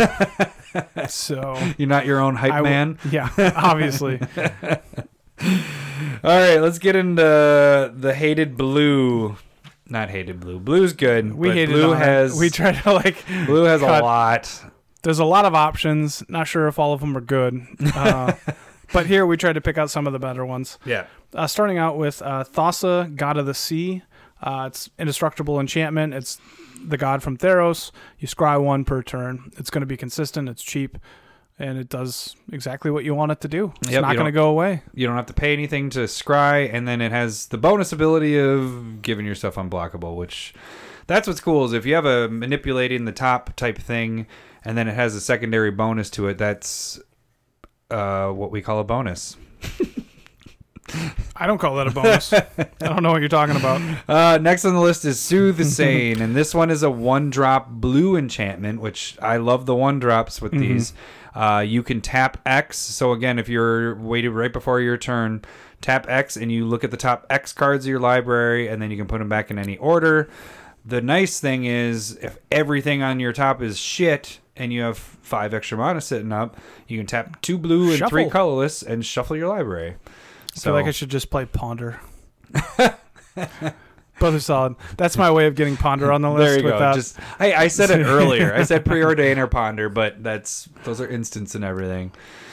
[SPEAKER 1] so
[SPEAKER 2] you're not your own hype
[SPEAKER 1] I w-
[SPEAKER 2] man
[SPEAKER 1] yeah, obviously.
[SPEAKER 2] All right, let's get into the hated blue. Not hated blue. Blue's good.
[SPEAKER 1] We
[SPEAKER 2] but
[SPEAKER 1] hated
[SPEAKER 2] blue
[SPEAKER 1] on it.
[SPEAKER 2] has
[SPEAKER 1] We tried to like.
[SPEAKER 2] blue has
[SPEAKER 1] cut.
[SPEAKER 2] a lot.
[SPEAKER 1] There's a lot of options. Not sure if all of them are good, uh, but here we tried to pick out some of the better ones.
[SPEAKER 2] Yeah.
[SPEAKER 1] uh, starting out with uh, Thassa, God of the Sea. Uh, it's indestructible enchantment. It's the god from Theros. You scry one per turn. It's going to be consistent. It's cheap, and it does exactly what you want it to do. It's
[SPEAKER 2] Yep,
[SPEAKER 1] not
[SPEAKER 2] you
[SPEAKER 1] going to go away.
[SPEAKER 2] You don't have to pay anything to scry, and then it has the bonus ability of giving yourself unblockable, which that's what's cool is if you have a manipulating the top type thing and then it has a secondary bonus to it, that's uh, what we call a bonus.
[SPEAKER 1] I don't call that a bonus. I don't know what you're talking about.
[SPEAKER 2] Uh, next on the list is Soothe Sane, and this one is a one drop blue enchantment, which I love the one drops
[SPEAKER 1] Mm-hmm.
[SPEAKER 2] with these. Uh, you can tap X. So, again, if you're waited right before your turn, tap X and you look at the top X cards of your library, and then you can put them back in any order. The nice thing is, if everything on your top is shit and you have five extra mana sitting up, you can tap two blue and three
[SPEAKER 1] Shuffle.
[SPEAKER 2] colorless and shuffle your library.
[SPEAKER 1] So,
[SPEAKER 2] So,
[SPEAKER 1] like I should just play Ponder. Brother Solid. That's my way of getting Ponder on the list.
[SPEAKER 2] There you go.
[SPEAKER 1] without-
[SPEAKER 2] Just I, I said it earlier. I said preordain or ponder, but that's those are instants and everything,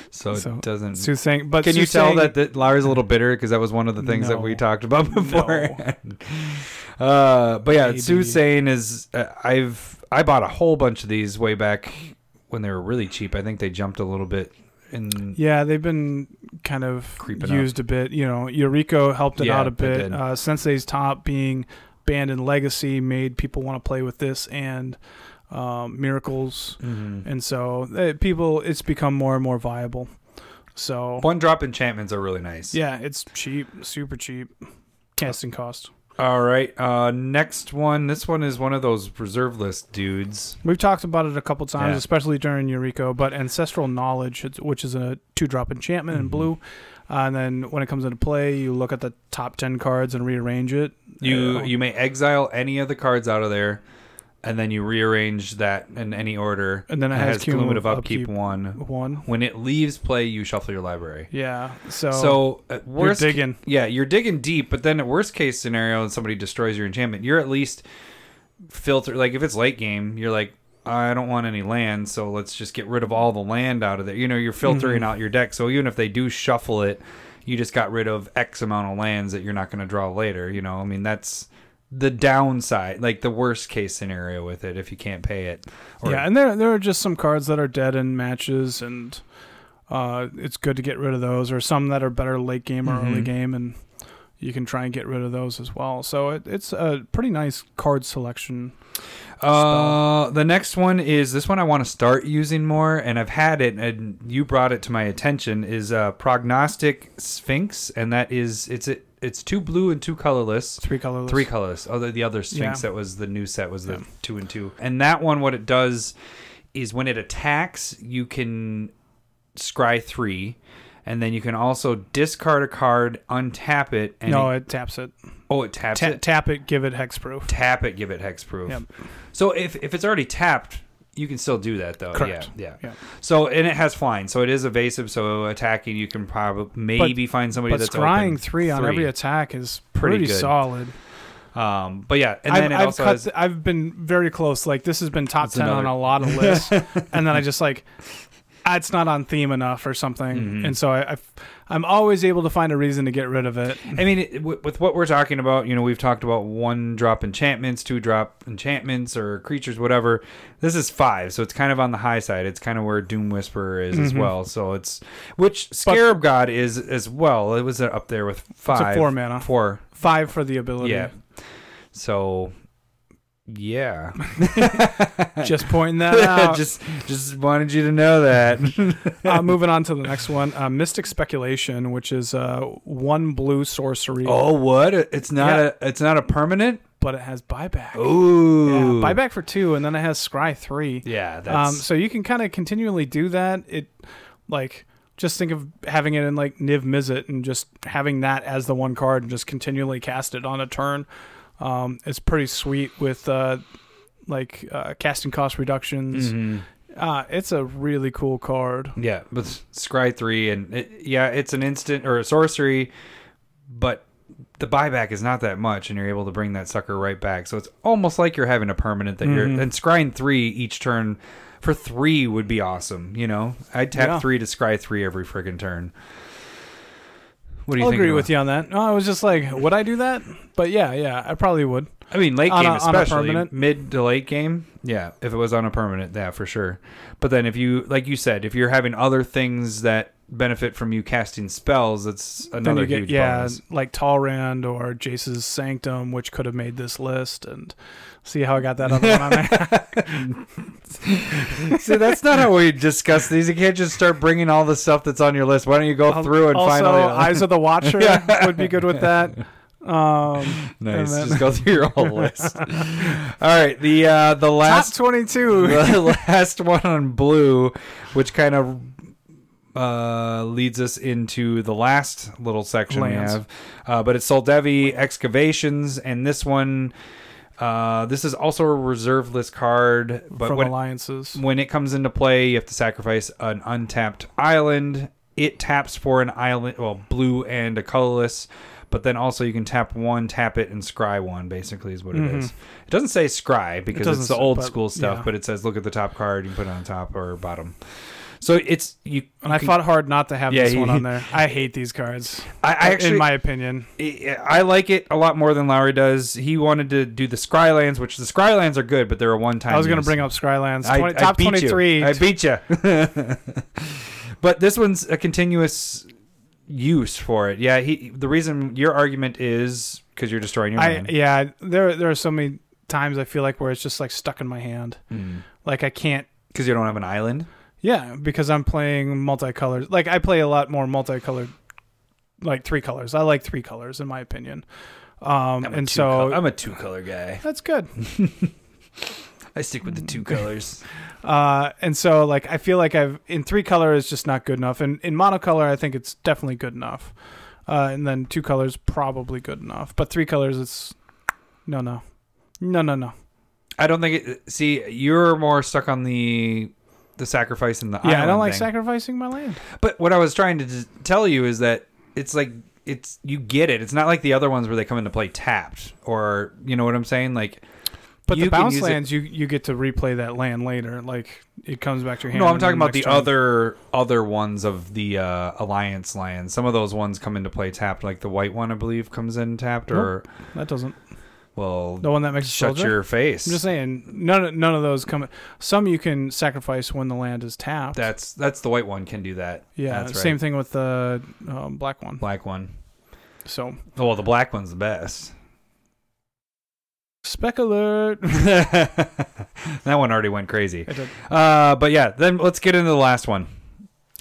[SPEAKER 2] so,
[SPEAKER 1] So,
[SPEAKER 2] it doesn't.
[SPEAKER 1] Mm-hmm. Soothsaying. But
[SPEAKER 2] Can you tell
[SPEAKER 1] Soothsaying-
[SPEAKER 2] that, that Larry's a little bitter because that was one of the things that we
[SPEAKER 1] No.
[SPEAKER 2] talked about before? uh, but yeah,
[SPEAKER 1] Maybe.
[SPEAKER 2] Soothsaying is uh, I've I bought a whole bunch of these way back when they were really cheap. I think they jumped a little bit in
[SPEAKER 1] Yeah, they've been kind of
[SPEAKER 2] Creeping up.
[SPEAKER 1] used a bit. You know, Eureka helped it
[SPEAKER 2] Yeah,
[SPEAKER 1] out a
[SPEAKER 2] they
[SPEAKER 1] bit.
[SPEAKER 2] did.
[SPEAKER 1] Uh, Sensei's top being banned in Legacy made people want to play with this and um, Miracles,
[SPEAKER 2] mm-hmm.
[SPEAKER 1] and so eh, people it's become more and more viable. So
[SPEAKER 2] one drop enchantments are really nice.
[SPEAKER 1] yeah, it's cheap, super cheap casting cost.
[SPEAKER 2] All right. Uh, next one. This one is one of those reserve list dudes.
[SPEAKER 1] We've talked about it a couple times,
[SPEAKER 2] Yeah.
[SPEAKER 1] especially during Eureka, but Ancestral Knowledge, it's- which is a two drop enchantment in
[SPEAKER 2] Mhm.
[SPEAKER 1] blue. Uh, and then when it comes into play, you look at the top 10 cards and rearrange it.
[SPEAKER 2] You
[SPEAKER 1] Uh,
[SPEAKER 2] you may exile any of the cards out of there, and then you rearrange that in any order.
[SPEAKER 1] And then it
[SPEAKER 2] It
[SPEAKER 1] has
[SPEAKER 2] has cumulative
[SPEAKER 1] cumulative
[SPEAKER 2] upkeep,
[SPEAKER 1] upkeep.
[SPEAKER 2] one.
[SPEAKER 1] one.
[SPEAKER 2] When it leaves play, you shuffle your library.
[SPEAKER 1] Yeah. So,
[SPEAKER 2] So at
[SPEAKER 1] you're
[SPEAKER 2] worst,
[SPEAKER 1] digging.
[SPEAKER 2] yeah, you're digging deep. But then at worst case scenario, and somebody destroys your enchantment, you're at least filter. Like if it's late game, you're like. I don't want any land, so let's just get rid of all the land out of there. You know, you're filtering
[SPEAKER 1] Mm-hmm.
[SPEAKER 2] out your deck, so even if they do shuffle it, you just got rid of X amount of lands that you're not going to draw later. You know, I mean, that's the downside, like the worst case scenario with it if you can't pay it. Or-
[SPEAKER 1] yeah, and there there are just some cards that are dead in matches, and uh, it's good to get rid of those, or some that are better late game or early
[SPEAKER 2] Mhm.
[SPEAKER 1] game, and you can try and get rid of those as well. So it, it's a pretty nice card selection.
[SPEAKER 2] Uh, the next one is this one I want to start using more, and I've had it, and you brought it to my attention. Is uh, prognostic sphinx, and that is it's it, it's two blue and two colorless.
[SPEAKER 1] Three colorless.
[SPEAKER 2] Three colors. Other the other Sphinx
[SPEAKER 1] Yeah.
[SPEAKER 2] that was the new set was the
[SPEAKER 1] Yeah.
[SPEAKER 2] two and two. And that one, what it does is when it attacks, you can scry three, and then you can also discard a card, untap it, and
[SPEAKER 1] no,
[SPEAKER 2] it,
[SPEAKER 1] it taps it.
[SPEAKER 2] oh, it taps
[SPEAKER 1] Ta-
[SPEAKER 2] it.
[SPEAKER 1] tap it. Give it hexproof.
[SPEAKER 2] Tap it, give it hexproof.
[SPEAKER 1] Yep.
[SPEAKER 2] So if if it's already tapped, you can still do that though.
[SPEAKER 1] Correct.
[SPEAKER 2] Yeah, yeah.
[SPEAKER 1] Yeah.
[SPEAKER 2] So and it has flying, so it is evasive. So attacking, you can probably maybe find somebody
[SPEAKER 1] But
[SPEAKER 2] that's
[SPEAKER 1] scrying
[SPEAKER 2] open.
[SPEAKER 1] three on every attack is
[SPEAKER 2] Pretty
[SPEAKER 1] pretty,
[SPEAKER 2] good.
[SPEAKER 1] solid.
[SPEAKER 2] Um, but yeah, and
[SPEAKER 1] I've,
[SPEAKER 2] then it
[SPEAKER 1] I've
[SPEAKER 2] also
[SPEAKER 1] cut
[SPEAKER 2] has
[SPEAKER 1] th- I've been very close. Like this has been top
[SPEAKER 2] It's
[SPEAKER 1] ten on
[SPEAKER 2] another-
[SPEAKER 1] a lot of lists, and then I just like ah, it's not on theme enough or something,
[SPEAKER 2] Mhm.
[SPEAKER 1] and so I, I I'm always able to find a reason to get rid of it.
[SPEAKER 2] I mean, it, with, with what we're talking about, you know, we've talked about one drop enchantments, two drop enchantments, or creatures, whatever. This is five, so it's kind of on the high side. It's kind of where Doom Whisperer is
[SPEAKER 1] Mm-hmm.
[SPEAKER 2] as well. So it's which Scarab God is as well. It was up there with five,
[SPEAKER 1] four mana.
[SPEAKER 2] four.
[SPEAKER 1] Five for the ability.
[SPEAKER 2] Yeah. So, yeah,
[SPEAKER 1] Just pointing that out.
[SPEAKER 2] just just wanted you to know that.
[SPEAKER 1] uh, moving on to the next one, uh, Mystic Speculation, which is uh, one blue sorcery,
[SPEAKER 2] oh, what? It's not a it's not a permanent.
[SPEAKER 1] but it has buyback. Yeah,
[SPEAKER 2] Ooh,
[SPEAKER 1] buyback for two, and then it has scry three.
[SPEAKER 2] Yeah,
[SPEAKER 1] Um,
[SPEAKER 2] that's
[SPEAKER 1] so you can kind of continually do that. It like just think of having it in like Niv Mizzet and just having that as the one card and just continually cast it on a turn. Um, it's pretty sweet with uh, like uh, casting cost reductions.
[SPEAKER 2] Mhm.
[SPEAKER 1] Uh, it's a really cool card.
[SPEAKER 2] Yeah, but Scry three and it, yeah, it's an instant or a sorcery, but the buyback is not that much, and you're able to bring that sucker right back. So it's almost like you're having a permanent that you're
[SPEAKER 1] Mm-hmm.
[SPEAKER 2] and scrying three each turn for three would be awesome. You know, I'd tap
[SPEAKER 1] Yeah.
[SPEAKER 2] three to scry three every friggin' turn. What do you
[SPEAKER 1] I'll
[SPEAKER 2] think?
[SPEAKER 1] agree with you on that. No, I was just like, would I do that? But yeah, yeah, I probably would.
[SPEAKER 2] I mean, late
[SPEAKER 1] On
[SPEAKER 2] game
[SPEAKER 1] a- on a
[SPEAKER 2] especially
[SPEAKER 1] permanent?
[SPEAKER 2] mid to late game. Yeah, if it was on a permanent, yeah, for sure. But then if you, like you said, if you're having other things that benefit from you casting spells. That's
[SPEAKER 1] Then
[SPEAKER 2] another
[SPEAKER 1] you get
[SPEAKER 2] huge
[SPEAKER 1] yeah,
[SPEAKER 2] bonus.
[SPEAKER 1] like Talrand or Jace's Sanctum, which could have made this list, and see how I got that other one on there.
[SPEAKER 2] See, that's not how we discuss these. You can't just start bringing all the stuff that's on your list. Why don't you go
[SPEAKER 1] Al-
[SPEAKER 2] through and
[SPEAKER 1] Um, also,
[SPEAKER 2] finally
[SPEAKER 1] Eyes of the Watcher
[SPEAKER 2] Yeah.
[SPEAKER 1] would be good with that. Um,
[SPEAKER 2] nice.
[SPEAKER 1] and then-
[SPEAKER 2] Just go through your whole list. all right, the uh, the last
[SPEAKER 1] top twenty-two.
[SPEAKER 2] the last one on blue, which kind of uh, leads us into the last little section
[SPEAKER 1] Lands.
[SPEAKER 2] we have. Uh, but it's Soldevi excavations, and this one, uh, this is also a reserve list card. But
[SPEAKER 1] from
[SPEAKER 2] when
[SPEAKER 1] alliances.
[SPEAKER 2] when it comes into play, you have to sacrifice an untapped island. It taps for an island, well, blue and a colorless, but then also you can tap one, tap it, and scry one. Basically, is what it
[SPEAKER 1] Mhm.
[SPEAKER 2] is. It doesn't say scry because
[SPEAKER 1] doesn't
[SPEAKER 2] it's the
[SPEAKER 1] say-
[SPEAKER 2] old
[SPEAKER 1] but-
[SPEAKER 2] school stuff,
[SPEAKER 1] yeah.
[SPEAKER 2] but it says look at the top card, you can put it on top or bottom. So it's you.
[SPEAKER 1] And
[SPEAKER 2] you
[SPEAKER 1] I
[SPEAKER 2] can-
[SPEAKER 1] fought hard not to have
[SPEAKER 2] Yeah,
[SPEAKER 1] this
[SPEAKER 2] he-
[SPEAKER 1] one on there. I hate these cards.
[SPEAKER 2] I, I actually,
[SPEAKER 1] in my opinion,
[SPEAKER 2] I I like it a lot more than Lowry does. He wanted to do the Scrylands, which the Scrylands are good, but they're a one-time.
[SPEAKER 1] I was going
[SPEAKER 2] use.
[SPEAKER 1] to bring up Skylands.
[SPEAKER 2] I-
[SPEAKER 1] 20,
[SPEAKER 2] I
[SPEAKER 1] top
[SPEAKER 2] beat you.
[SPEAKER 1] twenty-three.
[SPEAKER 2] I beat you. but this one's a continuous use for it. Yeah, he. The reason your argument is because you're destroying your
[SPEAKER 1] I
[SPEAKER 2] land.
[SPEAKER 1] yeah, there there are so many times I feel like where it's just like stuck in my hand. Like I can't.
[SPEAKER 2] Because Mm. you don't have an island.
[SPEAKER 1] Yeah, because I'm playing multicolored. Like I play a lot more multicolored, like three colors. I like three colors in my opinion. Um,
[SPEAKER 2] I'm a
[SPEAKER 1] and
[SPEAKER 2] two
[SPEAKER 1] so
[SPEAKER 2] col- I'm a two color guy.
[SPEAKER 1] that's good.
[SPEAKER 2] I stick with the two colors.
[SPEAKER 1] Uh, and so like I feel like I've in three color is just not good enough, and in monocolor I think it's definitely good enough, uh, and then two colors probably good enough, but three colors it's no no, no no no.
[SPEAKER 2] I don't think it. See, you're more stuck on the the sacrifice and the
[SPEAKER 1] Yeah, I don't
[SPEAKER 2] island
[SPEAKER 1] like
[SPEAKER 2] thing.
[SPEAKER 1] sacrificing my land.
[SPEAKER 2] But what I was trying to d- tell you is that it's like it's you get it. It's not like the other ones where they come into play tapped or you know what I'm saying. Like,
[SPEAKER 1] But
[SPEAKER 2] you
[SPEAKER 1] the
[SPEAKER 2] can
[SPEAKER 1] bounce
[SPEAKER 2] use it-
[SPEAKER 1] lands you you get to replay that land later, like it comes back to your hand.
[SPEAKER 2] No, I'm
[SPEAKER 1] in
[SPEAKER 2] talking about
[SPEAKER 1] next
[SPEAKER 2] the
[SPEAKER 1] turn.
[SPEAKER 2] other other ones of the uh, alliance lands. Some of those ones come into play tapped, like the white one, I believe, comes in tapped, or
[SPEAKER 1] That doesn't
[SPEAKER 2] well,
[SPEAKER 1] the one that makes a
[SPEAKER 2] shut
[SPEAKER 1] soldier?
[SPEAKER 2] your face.
[SPEAKER 1] I'm just saying none of, none of those come. Some you can sacrifice when the land is tapped.
[SPEAKER 2] that's that's the white one can do that.
[SPEAKER 1] yeah.
[SPEAKER 2] that's
[SPEAKER 1] Same
[SPEAKER 2] right.
[SPEAKER 1] thing with the um, black one.
[SPEAKER 2] Black one.
[SPEAKER 1] So
[SPEAKER 2] Oh, well, the black one's the best.
[SPEAKER 1] spec alert.
[SPEAKER 2] that one already went crazy.
[SPEAKER 1] I did.
[SPEAKER 2] Uh, but yeah, then let's get into the last one.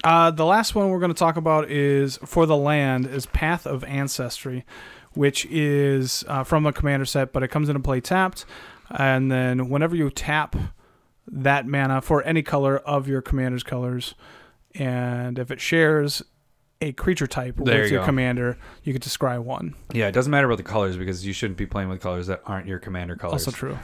[SPEAKER 1] Uh, the last one we're going to talk about is for the land is Path of Ancestry, which is uh, from a commander set, but it comes into play tapped, and then whenever you tap that mana for any color of your commander's colors, and if it shares a creature type
[SPEAKER 2] There
[SPEAKER 1] with
[SPEAKER 2] you
[SPEAKER 1] your
[SPEAKER 2] go.
[SPEAKER 1] commander, you get to scry one.
[SPEAKER 2] Yeah, it doesn't matter about the colors because you shouldn't be playing with colors that aren't your commander colors.
[SPEAKER 1] Also true.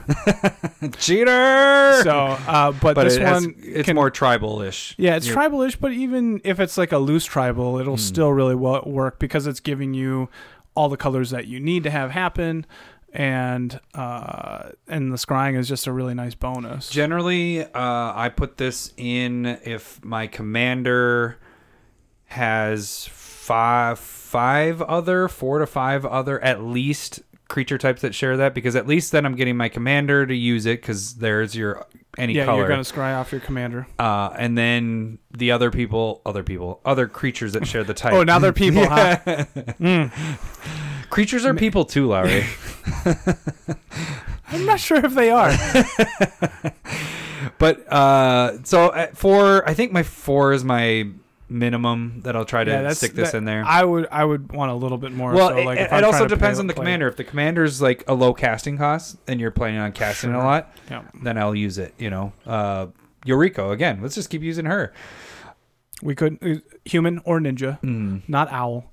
[SPEAKER 2] Cheater.
[SPEAKER 1] so, uh, but,
[SPEAKER 2] but
[SPEAKER 1] this
[SPEAKER 2] it
[SPEAKER 1] one
[SPEAKER 2] has, it's
[SPEAKER 1] can-
[SPEAKER 2] more tribal-ish.
[SPEAKER 1] Yeah, it's
[SPEAKER 2] You're-
[SPEAKER 1] tribal-ish, but even if it's like a loose tribal, it'll
[SPEAKER 2] Hmm.
[SPEAKER 1] still really well work because it's giving you all the colors that you need to have happen, and uh, and the scrying is just a really nice bonus.
[SPEAKER 2] Generally, uh, I put this in if my commander has five, five other, four to five other at least creature types that share that, because at least then I'm getting my commander to use it, because there's your any
[SPEAKER 1] yeah,
[SPEAKER 2] color,
[SPEAKER 1] you're gonna scry off your commander.
[SPEAKER 2] uh, and then the other people, other people, other creatures that share the type.
[SPEAKER 1] Oh, now they're people, huh?
[SPEAKER 2] creatures are people too, Larry.
[SPEAKER 1] I'm not sure if they are.
[SPEAKER 2] but uh, so at four, I think my four is my minimum that I'll try to
[SPEAKER 1] Yeah, that's-
[SPEAKER 2] stick this
[SPEAKER 1] that-
[SPEAKER 2] in there.
[SPEAKER 1] I would I would want a little bit more.
[SPEAKER 2] Well,
[SPEAKER 1] so,
[SPEAKER 2] it,
[SPEAKER 1] like, if
[SPEAKER 2] it
[SPEAKER 1] I'm
[SPEAKER 2] also
[SPEAKER 1] trying to
[SPEAKER 2] depends
[SPEAKER 1] play-
[SPEAKER 2] on the
[SPEAKER 1] play-
[SPEAKER 2] commander. If the commander's like a low casting cost and you're planning on casting a
[SPEAKER 1] Sure.
[SPEAKER 2] lot,
[SPEAKER 1] Yeah.
[SPEAKER 2] then I'll use it. You know, uh, Yoriko again. Let's just keep using her.
[SPEAKER 1] We could uh, human or ninja,
[SPEAKER 2] Mm,
[SPEAKER 1] not owl.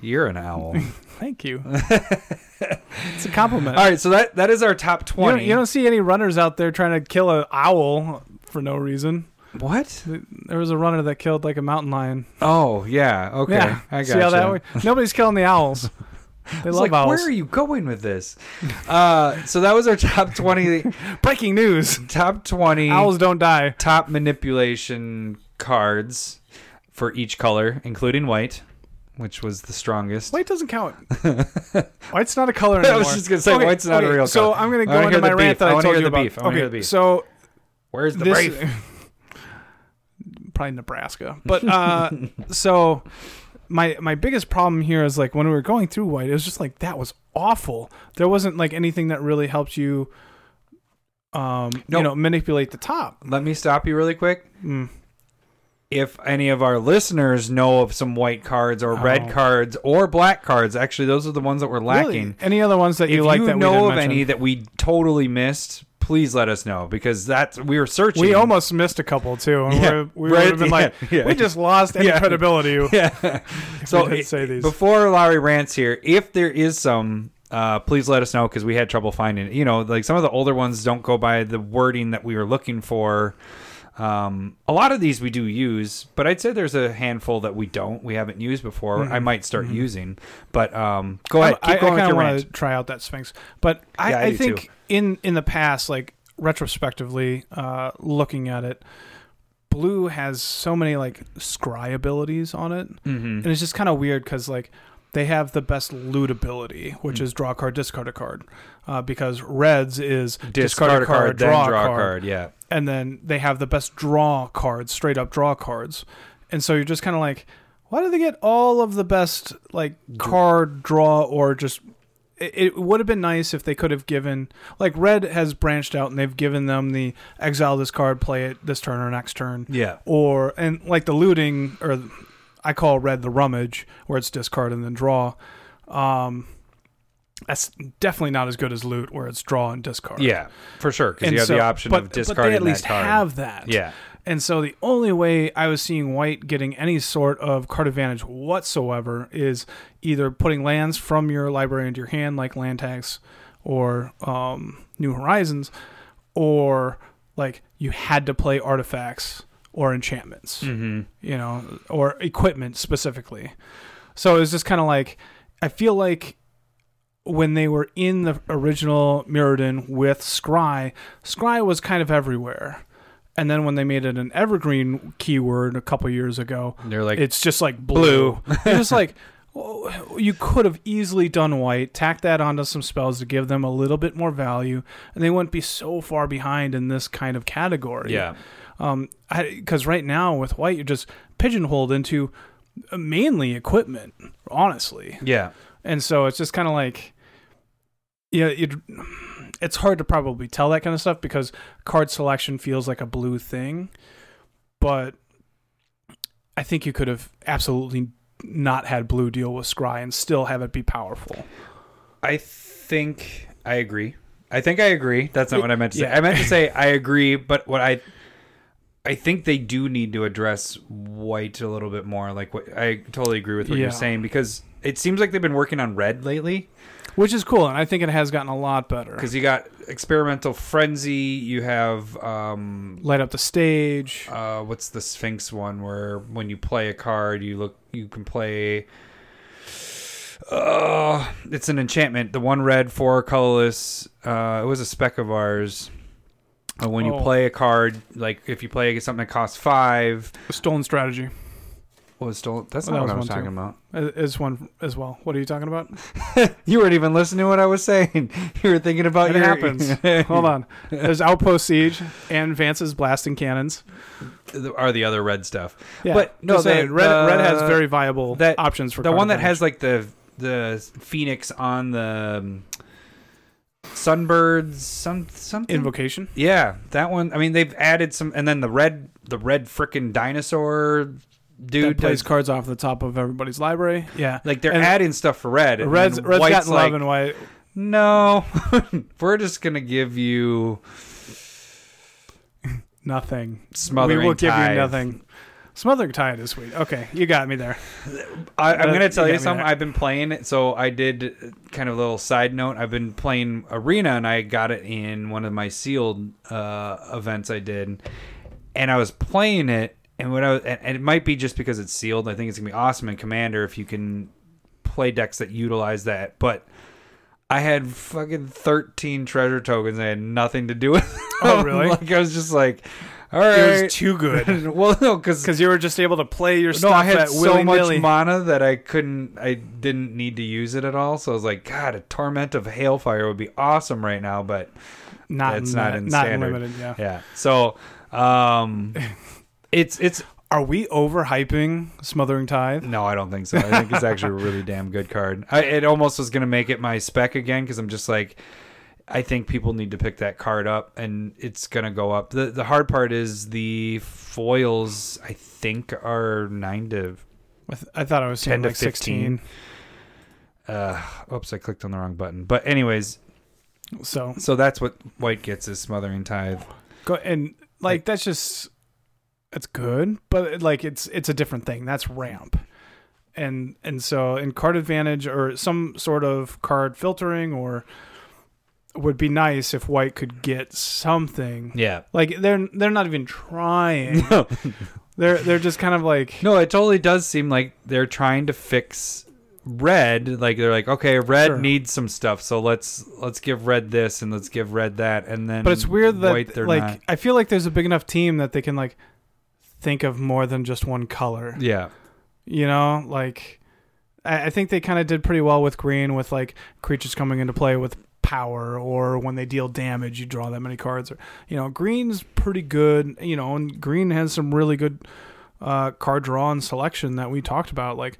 [SPEAKER 2] you're an owl.
[SPEAKER 1] Thank you. it's a compliment.
[SPEAKER 2] All right, so that that is our top
[SPEAKER 1] You don't-
[SPEAKER 2] twenty.
[SPEAKER 1] You don't, see any runners out there trying to kill an owl for no reason.
[SPEAKER 2] what?
[SPEAKER 1] There was a runner that killed like a mountain lion.
[SPEAKER 2] Oh yeah. Okay,
[SPEAKER 1] Yeah,
[SPEAKER 2] I got
[SPEAKER 1] see how that works? Nobody's killing the owls. They
[SPEAKER 2] I was
[SPEAKER 1] love
[SPEAKER 2] like,
[SPEAKER 1] owls.
[SPEAKER 2] where are you going with this? Uh, so that was our top twenty.
[SPEAKER 1] Breaking news:
[SPEAKER 2] top twenty.
[SPEAKER 1] owls don't die.
[SPEAKER 2] top manipulation cards for each color, including white, which was the strongest.
[SPEAKER 1] White doesn't count. White's not a color
[SPEAKER 2] I
[SPEAKER 1] anymore.
[SPEAKER 2] was just gonna say, white's not a real
[SPEAKER 1] So
[SPEAKER 2] color.
[SPEAKER 1] I'm gonna
[SPEAKER 2] I wanna
[SPEAKER 1] go into
[SPEAKER 2] hear
[SPEAKER 1] my
[SPEAKER 2] the
[SPEAKER 1] rant
[SPEAKER 2] beef.
[SPEAKER 1] that
[SPEAKER 2] I
[SPEAKER 1] I,
[SPEAKER 2] wanna
[SPEAKER 1] told
[SPEAKER 2] hear
[SPEAKER 1] you
[SPEAKER 2] the
[SPEAKER 1] about.
[SPEAKER 2] beef. I wanna
[SPEAKER 1] okay,
[SPEAKER 2] hear the beef.
[SPEAKER 1] so
[SPEAKER 2] Where's the
[SPEAKER 1] this
[SPEAKER 2] brief?
[SPEAKER 1] probably Nebraska. But uh, so my my biggest problem here is like when we were going through white, it was just like that was awful. There wasn't like anything that really helped you, um,
[SPEAKER 2] No.
[SPEAKER 1] you know, manipulate the top.
[SPEAKER 2] Let me stop you really quick.
[SPEAKER 1] Mm.
[SPEAKER 2] If any of our listeners know of some white cards or red
[SPEAKER 1] Oh.
[SPEAKER 2] cards or black cards, actually, those are the ones that we're lacking.
[SPEAKER 1] Really, any other ones that
[SPEAKER 2] if
[SPEAKER 1] you like that we
[SPEAKER 2] know
[SPEAKER 1] didn't
[SPEAKER 2] of
[SPEAKER 1] mention?
[SPEAKER 2] any that we totally missed, please let us know because that's we were searching.
[SPEAKER 1] We almost missed a couple too, and
[SPEAKER 2] Yeah,
[SPEAKER 1] we're, we
[SPEAKER 2] right,
[SPEAKER 1] would have been
[SPEAKER 2] yeah,
[SPEAKER 1] like,
[SPEAKER 2] yeah.
[SPEAKER 1] we just lost any
[SPEAKER 2] Yeah.
[SPEAKER 1] credibility.
[SPEAKER 2] yeah. so
[SPEAKER 1] we did
[SPEAKER 2] it-
[SPEAKER 1] say these.
[SPEAKER 2] before Larry rants here, if there is some, uh, please let us know because we had trouble finding. It. You know, like some of the older ones don't go by the wording that we were looking for. Um, a lot of these we do use, but I'd say there's a handful that we don't, we haven't used before. I might start using, but um, go ahead, keep
[SPEAKER 1] Mm-hmm. I,
[SPEAKER 2] going with
[SPEAKER 1] kind
[SPEAKER 2] your
[SPEAKER 1] of
[SPEAKER 2] rant.
[SPEAKER 1] want to try out that Sphinx, but I,
[SPEAKER 2] Yeah, I
[SPEAKER 1] I,
[SPEAKER 2] do,
[SPEAKER 1] think
[SPEAKER 2] too.
[SPEAKER 1] in in the past, like retrospectively, uh, looking at it, blue has so many like scry abilities on it,
[SPEAKER 2] Mhm.
[SPEAKER 1] and it's just kind of weird because like they have the best loot ability, which
[SPEAKER 2] Mm.
[SPEAKER 1] is draw a card, discard a card, uh, because reds is
[SPEAKER 2] Discard a card, then
[SPEAKER 1] draw, a card
[SPEAKER 2] Yeah,
[SPEAKER 1] and then they have the best draw cards, straight up draw cards. And so you're just kind of like, why do they get all of the best like card draw or just it, it would have been nice if they could have given like red has branched out and they've given them the exile this card, play it this turn or next turn
[SPEAKER 2] yeah.
[SPEAKER 1] or and like the looting or I call red the rummage where it's discard and then draw. Um that's definitely not as good as loot where it's draw and discard.
[SPEAKER 2] Yeah, for sure. Because
[SPEAKER 1] And
[SPEAKER 2] you have the
[SPEAKER 1] so-
[SPEAKER 2] option
[SPEAKER 1] but,
[SPEAKER 2] of
[SPEAKER 1] but
[SPEAKER 2] discarding
[SPEAKER 1] they at least
[SPEAKER 2] that card.
[SPEAKER 1] have that.
[SPEAKER 2] yeah,
[SPEAKER 1] And so the only way I was seeing white getting any sort of card advantage whatsoever is either putting lands from your library into your hand, like land tags or um, New Horizons, or like you had to play artifacts or enchantments,
[SPEAKER 2] hmm
[SPEAKER 1] you know, or equipment specifically. So it was just kind of like, I feel like when they were in the original Mirrodin with Scry, Scry was kind of everywhere. And then when they made it an evergreen keyword a couple years ago,
[SPEAKER 2] they're like
[SPEAKER 1] it's just like blue. You're just like oh, you could have easily done white, tack that onto some spells to give them a little bit more value, and they wouldn't be so far behind in this kind of category
[SPEAKER 2] yeah,
[SPEAKER 1] um because right now with white you're just pigeonholed into uh, mainly equipment honestly
[SPEAKER 2] yeah.
[SPEAKER 1] and so it's just kind of like yeah it, it's hard to probably tell that kind of stuff because card selection feels like a blue thing but i think you could have absolutely not had blue deal with scry and still have it be powerful
[SPEAKER 2] I think I agree. I think I agree. That's not what I meant to say.
[SPEAKER 1] Yeah.
[SPEAKER 2] I meant to say I agree, but what I I think they do need to address white a little bit more. Like what I totally agree with what you're
[SPEAKER 1] Yeah.
[SPEAKER 2] saying because it seems like they've been working on red lately.
[SPEAKER 1] which is cool and i think it has gotten a lot better
[SPEAKER 2] Because you got experimental frenzy, you have um,
[SPEAKER 1] light up the stage
[SPEAKER 2] uh, what's the Sphinx one where when you play a card, you look, you can play. Uh, it's an enchantment. The one red, four colorless. Uh, it was a spec of ours. Uh, when you
[SPEAKER 1] Oh.
[SPEAKER 2] play a card, like if you play something that costs five,
[SPEAKER 1] stolen strategy
[SPEAKER 2] what was stolen. That's
[SPEAKER 1] Well,
[SPEAKER 2] not
[SPEAKER 1] that
[SPEAKER 2] what I was
[SPEAKER 1] was one,
[SPEAKER 2] talking
[SPEAKER 1] too.
[SPEAKER 2] about.
[SPEAKER 1] is one as well what are you talking about
[SPEAKER 2] You weren't even listening to what I was saying. You were thinking about
[SPEAKER 1] It
[SPEAKER 2] your-
[SPEAKER 1] happens. Hold on. There's Outpost Siege and Vance's blasting cannons.
[SPEAKER 2] Are the other red stuff?
[SPEAKER 1] Yeah.
[SPEAKER 2] But, no,
[SPEAKER 1] Just saying,
[SPEAKER 2] the-
[SPEAKER 1] red, red has
[SPEAKER 2] the-
[SPEAKER 1] very viable
[SPEAKER 2] that-
[SPEAKER 1] options for
[SPEAKER 2] the
[SPEAKER 1] card
[SPEAKER 2] one that
[SPEAKER 1] advantage.
[SPEAKER 2] has like the the phoenix on the um, sunbirds some something
[SPEAKER 1] invocation.
[SPEAKER 2] yeah that one i mean they've added some and then the red the red frickin' dinosaur
[SPEAKER 1] Dude
[SPEAKER 2] dude
[SPEAKER 1] that plays
[SPEAKER 2] does-
[SPEAKER 1] cards off the top of everybody's library. Yeah.
[SPEAKER 2] like they're
[SPEAKER 1] and-
[SPEAKER 2] adding stuff for red and
[SPEAKER 1] Red's,
[SPEAKER 2] then
[SPEAKER 1] red's
[SPEAKER 2] white's
[SPEAKER 1] gotten
[SPEAKER 2] like,
[SPEAKER 1] love and white.
[SPEAKER 2] no we're just gonna give you
[SPEAKER 1] Nothing.
[SPEAKER 2] smothering
[SPEAKER 1] we will give
[SPEAKER 2] Tithe.
[SPEAKER 1] you nothing. Smothering Tide is sweet. Okay, you got me there.
[SPEAKER 2] I, I'm
[SPEAKER 1] But
[SPEAKER 2] gonna tell
[SPEAKER 1] you
[SPEAKER 2] you,
[SPEAKER 1] got me
[SPEAKER 2] something.
[SPEAKER 1] there.
[SPEAKER 2] I've been playing it, so I did uh, kind of a little side note. I've been playing Arena, and I got it in one of my sealed uh, events I did, and I was playing it, and when I was, and, and it might be just because it's sealed. I think it's gonna be awesome in Commander if you can play decks that utilize that, but. I had fucking 13 treasure tokens. I had nothing to do with them.
[SPEAKER 1] Oh, really?
[SPEAKER 2] like, I was just like, all
[SPEAKER 1] It
[SPEAKER 2] right.
[SPEAKER 1] was too good
[SPEAKER 2] well, no, because
[SPEAKER 1] because you were just able to play your
[SPEAKER 2] no,
[SPEAKER 1] stuff
[SPEAKER 2] I had
[SPEAKER 1] at
[SPEAKER 2] so much
[SPEAKER 1] willy-nilly.
[SPEAKER 2] mana that I couldn't, I didn't need to use it at all. So I was like, God, a torment of hailfire would be awesome right now, but
[SPEAKER 1] not
[SPEAKER 2] That's
[SPEAKER 1] in
[SPEAKER 2] not
[SPEAKER 1] that-
[SPEAKER 2] in
[SPEAKER 1] not
[SPEAKER 2] standard.
[SPEAKER 1] limited. Yeah.
[SPEAKER 2] yeah. So, um, it's it's
[SPEAKER 1] Are we overhyping Smothering Tithe?
[SPEAKER 2] No, I don't think so. I think it's actually a really damn good card. I, it almost was going to make it my spec again because I'm just like, I think people need to pick that card up and it's going to go up. The the hard part is the foils, I think, are 9 to.
[SPEAKER 1] I, th- I thought I was saying
[SPEAKER 2] 10 to
[SPEAKER 1] like 16.
[SPEAKER 2] Uh, oops, I clicked on the wrong button. But, anyways,
[SPEAKER 1] So,
[SPEAKER 2] so that's what White gets is Smothering Tithe.
[SPEAKER 1] go, and like, that's just, it's good, but like, it's, it's a different thing. That's ramp. And, and so in card advantage or some sort of card filtering or would be nice if white could get something
[SPEAKER 2] Yeah.
[SPEAKER 1] like they're, they're not even trying. They're, they're just kind of like,
[SPEAKER 2] No, it totally does seem like they're trying to fix red. Like they're like, okay, red
[SPEAKER 1] Sure.
[SPEAKER 2] needs some stuff, so let's let's give red this and let's give red that, and then.
[SPEAKER 1] But it's weird that
[SPEAKER 2] white, they're
[SPEAKER 1] like
[SPEAKER 2] not.
[SPEAKER 1] I feel like there's a big enough team that they can like think of more than just one color.
[SPEAKER 2] Yeah,
[SPEAKER 1] You know, like I, I think they kind of did pretty well with green with like creatures coming into play with power or when they deal damage you draw that many cards or you know green's pretty good you know and green has some really good uh card draw and selection that we talked about like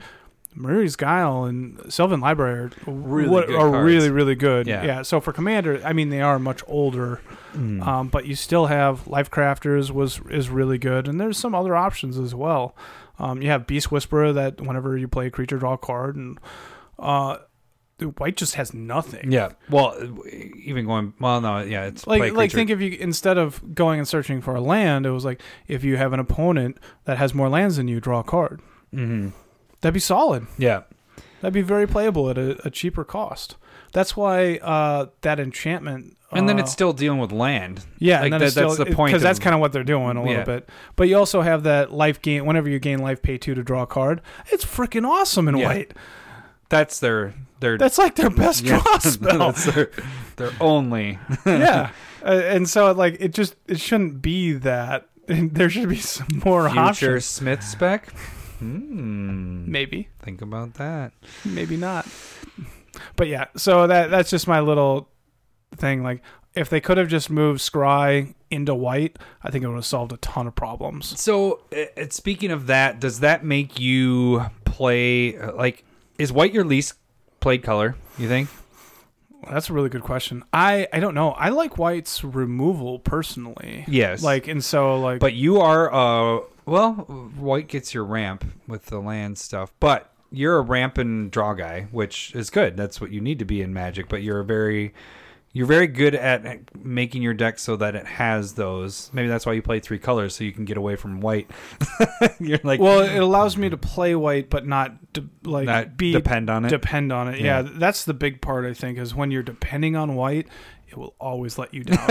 [SPEAKER 1] Murray's Guile and Sylvan Library are
[SPEAKER 2] Really
[SPEAKER 1] what-
[SPEAKER 2] good
[SPEAKER 1] are
[SPEAKER 2] cards.
[SPEAKER 1] really really good
[SPEAKER 2] Yeah.
[SPEAKER 1] yeah so for commander I mean they are much older
[SPEAKER 2] Hmm.
[SPEAKER 1] um, but you still have Lifecrafters was is really good, and there's some other options as well. Um, you have Beast Whisperer that whenever you play a creature, draw a card, and uh, dude, White just has nothing.
[SPEAKER 2] yeah. Well, even going well, no, yeah, it's
[SPEAKER 1] Like
[SPEAKER 2] play
[SPEAKER 1] like
[SPEAKER 2] creature.
[SPEAKER 1] think if you instead of going and searching for a land, it was like if you have an opponent that has more lands than you, draw a card.
[SPEAKER 2] Mhm.
[SPEAKER 1] That'd be solid.
[SPEAKER 2] Yeah,
[SPEAKER 1] That'd be very playable at a, a cheaper cost. That's why uh, that enchantment.
[SPEAKER 2] and then
[SPEAKER 1] uh,
[SPEAKER 2] it's still dealing with land.
[SPEAKER 1] Yeah,
[SPEAKER 2] Like,
[SPEAKER 1] and then
[SPEAKER 2] that-
[SPEAKER 1] it's
[SPEAKER 2] that's
[SPEAKER 1] still,
[SPEAKER 2] the point
[SPEAKER 1] because that's
[SPEAKER 2] of-
[SPEAKER 1] kind of what they're doing a little
[SPEAKER 2] Yeah.
[SPEAKER 1] bit. But you also have that life gain. Whenever you gain life, pay two to draw a card. It's freaking awesome in
[SPEAKER 2] Yeah.
[SPEAKER 1] white.
[SPEAKER 2] That's their their
[SPEAKER 1] That's like their best
[SPEAKER 2] Yeah.
[SPEAKER 1] draw spell.
[SPEAKER 2] That's their, their only.
[SPEAKER 1] yeah, Uh, and so like it just it shouldn't be that. There should be some more
[SPEAKER 2] Future
[SPEAKER 1] options.
[SPEAKER 2] Smith spec. Hmm.
[SPEAKER 1] Maybe,
[SPEAKER 2] Think about that.
[SPEAKER 1] maybe not. But yeah, so that that's just my little thing. Like if they could have just moved Scry into white, I think it would have solved a ton of problems.
[SPEAKER 2] So, uh, speaking of that, does that make you play uh, like is white your least played color? You think?
[SPEAKER 1] Well, That's a really good question. I I don't know. I like White's removal personally.
[SPEAKER 2] Yes.
[SPEAKER 1] Like and so like
[SPEAKER 2] but you are uh well, white gets your ramp with the land stuff, but you're a ramp and draw guy, which is good. That's what you need to be in Magic. But you're a very you're very good at making your deck so that it has those. Maybe that's why you play three colors so you can get away from white. you're like
[SPEAKER 1] well, it allows me to play White but not de- like
[SPEAKER 2] not
[SPEAKER 1] be
[SPEAKER 2] depend on it.
[SPEAKER 1] depend on it.
[SPEAKER 2] Yeah.
[SPEAKER 1] Yeah. that's the big part I think is when you're depending on White, it will always let you down.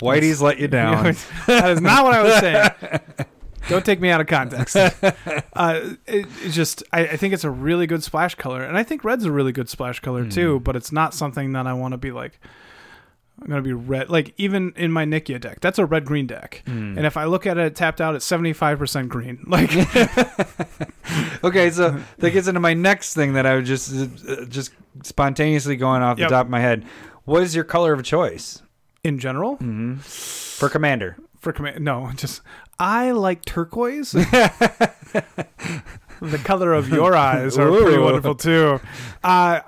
[SPEAKER 2] Whitey's let you down.
[SPEAKER 1] that is not what I was saying. Don't take me out of context. Uh, it, it's just, I, I think it's a really good splash color, and I think red's a really good splash color too. But it's not something that I want to be like. I'm gonna be red, like even in my Nikia deck. That's a red green deck,
[SPEAKER 2] Hmm.
[SPEAKER 1] and if I look at it tapped out, it's 75 percent green. Like,
[SPEAKER 2] Okay, so that gets into my next thing that I was just uh, just spontaneously going off
[SPEAKER 1] Yep.
[SPEAKER 2] the top of my head. What is your color of choice
[SPEAKER 1] in general,
[SPEAKER 2] mm-hmm. for commander?
[SPEAKER 1] for command, no, just I like turquoise. the color of your eyes are pretty
[SPEAKER 2] Ooh.
[SPEAKER 1] wonderful too. Uh,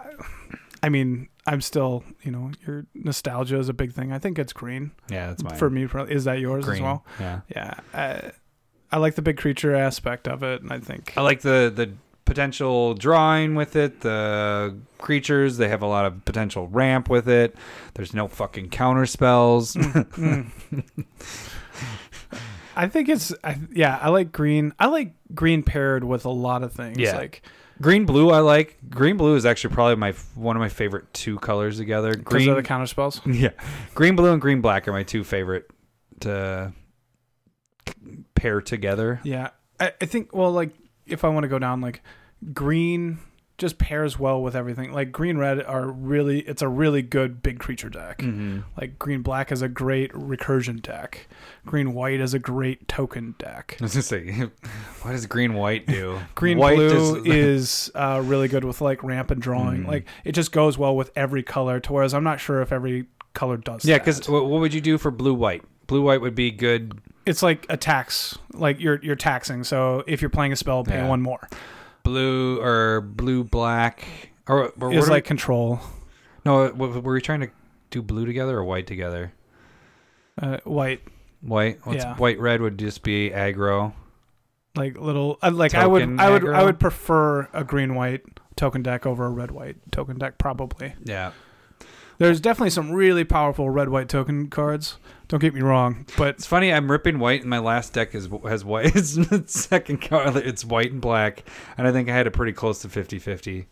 [SPEAKER 1] I mean, I'm still, you know, your nostalgia is a big thing. I think it's green
[SPEAKER 2] Yeah, that's mine.
[SPEAKER 1] for me. pro- Is that yours as
[SPEAKER 2] green.
[SPEAKER 1] well?
[SPEAKER 2] Yeah,
[SPEAKER 1] Yeah. I, I like the big creature aspect of it, and I think
[SPEAKER 2] I like the the potential drawing with it. The creatures they have a lot of potential ramp with it. There's no fucking counter spells.
[SPEAKER 1] Mm. I think it's I, yeah. I like green. I like green paired with a lot of things.
[SPEAKER 2] Yeah.
[SPEAKER 1] Like
[SPEAKER 2] green blue I like. Green blue is actually probably my one of my favorite two colors together.
[SPEAKER 1] because
[SPEAKER 2] Green
[SPEAKER 1] of the counter spells.
[SPEAKER 2] Yeah, green, blue, and green, black are my two favorite to pair together.
[SPEAKER 1] Yeah, I, I think. Well, like if I want to go down, like green just pairs well with everything. Like green red are really, it's a really good big creature deck.
[SPEAKER 2] Mm-hmm.
[SPEAKER 1] Like green black is a great recursion deck. Green white is a great token deck.
[SPEAKER 2] I was gonna say, what does green white do?
[SPEAKER 1] Green
[SPEAKER 2] white
[SPEAKER 1] blue
[SPEAKER 2] does-
[SPEAKER 1] is uh, really good with like ramp and drawing.
[SPEAKER 2] Mm.
[SPEAKER 1] Like it just goes well with every color. To whereas I'm not sure if every color does.
[SPEAKER 2] yeah,
[SPEAKER 1] that.
[SPEAKER 2] because what would you do for blue white? Blue white would be good.
[SPEAKER 1] It's like a tax, like you're you're taxing. So if you're playing a spell, pay
[SPEAKER 2] Yeah.
[SPEAKER 1] one more.
[SPEAKER 2] Blue or blue black or, or
[SPEAKER 1] It's
[SPEAKER 2] what
[SPEAKER 1] like
[SPEAKER 2] like
[SPEAKER 1] control.
[SPEAKER 2] no. uh, What, were we trying to do blue together or white together?
[SPEAKER 1] Uh, white,
[SPEAKER 2] White. What's-
[SPEAKER 1] Yeah.
[SPEAKER 2] White red would just be aggro.
[SPEAKER 1] like little, uh, like I would,
[SPEAKER 2] Token
[SPEAKER 1] I would, I
[SPEAKER 2] aggro?
[SPEAKER 1] would prefer a green white token deck over a red white token deck probably.
[SPEAKER 2] Yeah.
[SPEAKER 1] There's definitely some really powerful red white token cards. Don't get me wrong, but
[SPEAKER 2] It's funny. I'm ripping white, and my last deck is has white. It's the second color. It's white and black, and I think I had it pretty close to 50-50.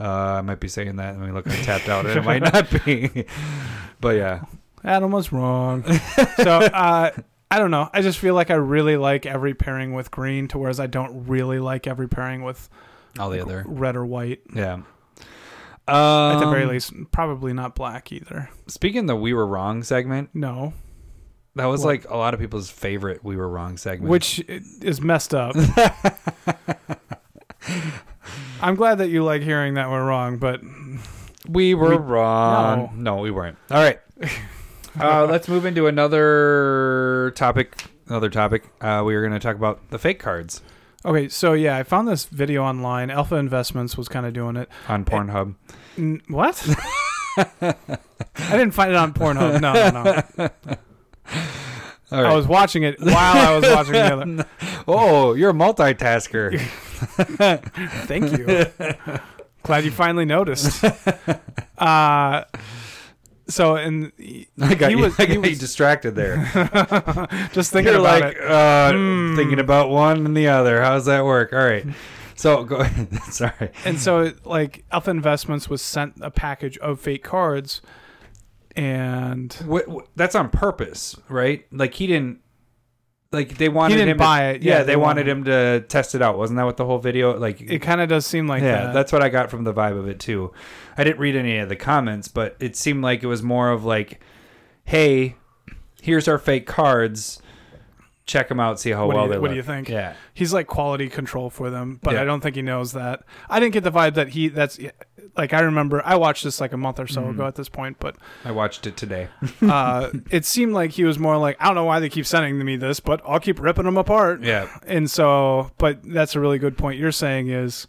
[SPEAKER 2] Uh, I might be saying that, and we look, I tapped out, and it might not be. but yeah,
[SPEAKER 1] Adam was wrong. so uh, I don't know. I just feel like I really like every pairing with green, to whereas I don't really like every pairing with
[SPEAKER 2] all the other,
[SPEAKER 1] red or white.
[SPEAKER 2] yeah. Um,
[SPEAKER 1] At the very least, probably not black either.
[SPEAKER 2] speaking of the "We Were Wrong" segment,
[SPEAKER 1] No,
[SPEAKER 2] that was
[SPEAKER 1] What?
[SPEAKER 2] like a lot of people's favorite "We Were Wrong" segment.
[SPEAKER 1] which i- is messed up. I'm glad that you like hearing that we're wrong, but
[SPEAKER 2] we were
[SPEAKER 1] We-
[SPEAKER 2] wrong. No. we weren't. All right. Uh, let's move into another topic. Another topic. Uh, we are going to talk about the fake cards
[SPEAKER 1] okay. So yeah, I found this video online. Alpha Investments was kind of doing it.
[SPEAKER 2] on Pornhub.
[SPEAKER 1] N- what? I didn't find it on Pornhub. No, no, no.
[SPEAKER 2] All right.
[SPEAKER 1] I was watching it while I was watching the other.
[SPEAKER 2] oh, you're a multitasker.
[SPEAKER 1] Thank you. Glad you finally noticed. Uh, so and
[SPEAKER 2] I got,
[SPEAKER 1] He
[SPEAKER 2] you,
[SPEAKER 1] was-
[SPEAKER 2] I
[SPEAKER 1] he
[SPEAKER 2] got you
[SPEAKER 1] was-
[SPEAKER 2] distracted there.
[SPEAKER 1] just thinking
[SPEAKER 2] you're
[SPEAKER 1] about
[SPEAKER 2] like
[SPEAKER 1] it.
[SPEAKER 2] uh,
[SPEAKER 1] Hmm.
[SPEAKER 2] thinking about one and the other. How does that work? All right. So go. sorry.
[SPEAKER 1] And so it, like Alpha Investments was sent a package of fake cards, and
[SPEAKER 2] Wh- wh- that's on purpose, right? Like he didn't. Like they wanted
[SPEAKER 1] didn't
[SPEAKER 2] him
[SPEAKER 1] buy
[SPEAKER 2] to,
[SPEAKER 1] it. Yeah,
[SPEAKER 2] they,
[SPEAKER 1] they
[SPEAKER 2] wanted
[SPEAKER 1] wanted-
[SPEAKER 2] him to test it out. Wasn't that what the whole video? Like
[SPEAKER 1] it kind of does seem like
[SPEAKER 2] yeah,
[SPEAKER 1] that.
[SPEAKER 2] that's what I got from the vibe of it too. I didn't read any of the comments, but it seemed like it was more of like, "Hey, here's our fake cards. Check them out, see how
[SPEAKER 1] What do
[SPEAKER 2] well
[SPEAKER 1] you-
[SPEAKER 2] they
[SPEAKER 1] what do
[SPEAKER 2] look."
[SPEAKER 1] you think?
[SPEAKER 2] Yeah,
[SPEAKER 1] he's like quality control for them, but
[SPEAKER 2] Yeah.
[SPEAKER 1] I don't think he knows that. I didn't get the vibe that he. That's like I remember I watched this like a month or so
[SPEAKER 2] Mm-hmm.
[SPEAKER 1] ago at this point, but
[SPEAKER 2] I watched it today.
[SPEAKER 1] uh, it seemed like he was more like I don't know why they keep sending me this, but I'll keep ripping them apart.
[SPEAKER 2] Yeah,
[SPEAKER 1] And so, but that's a really good point you're saying is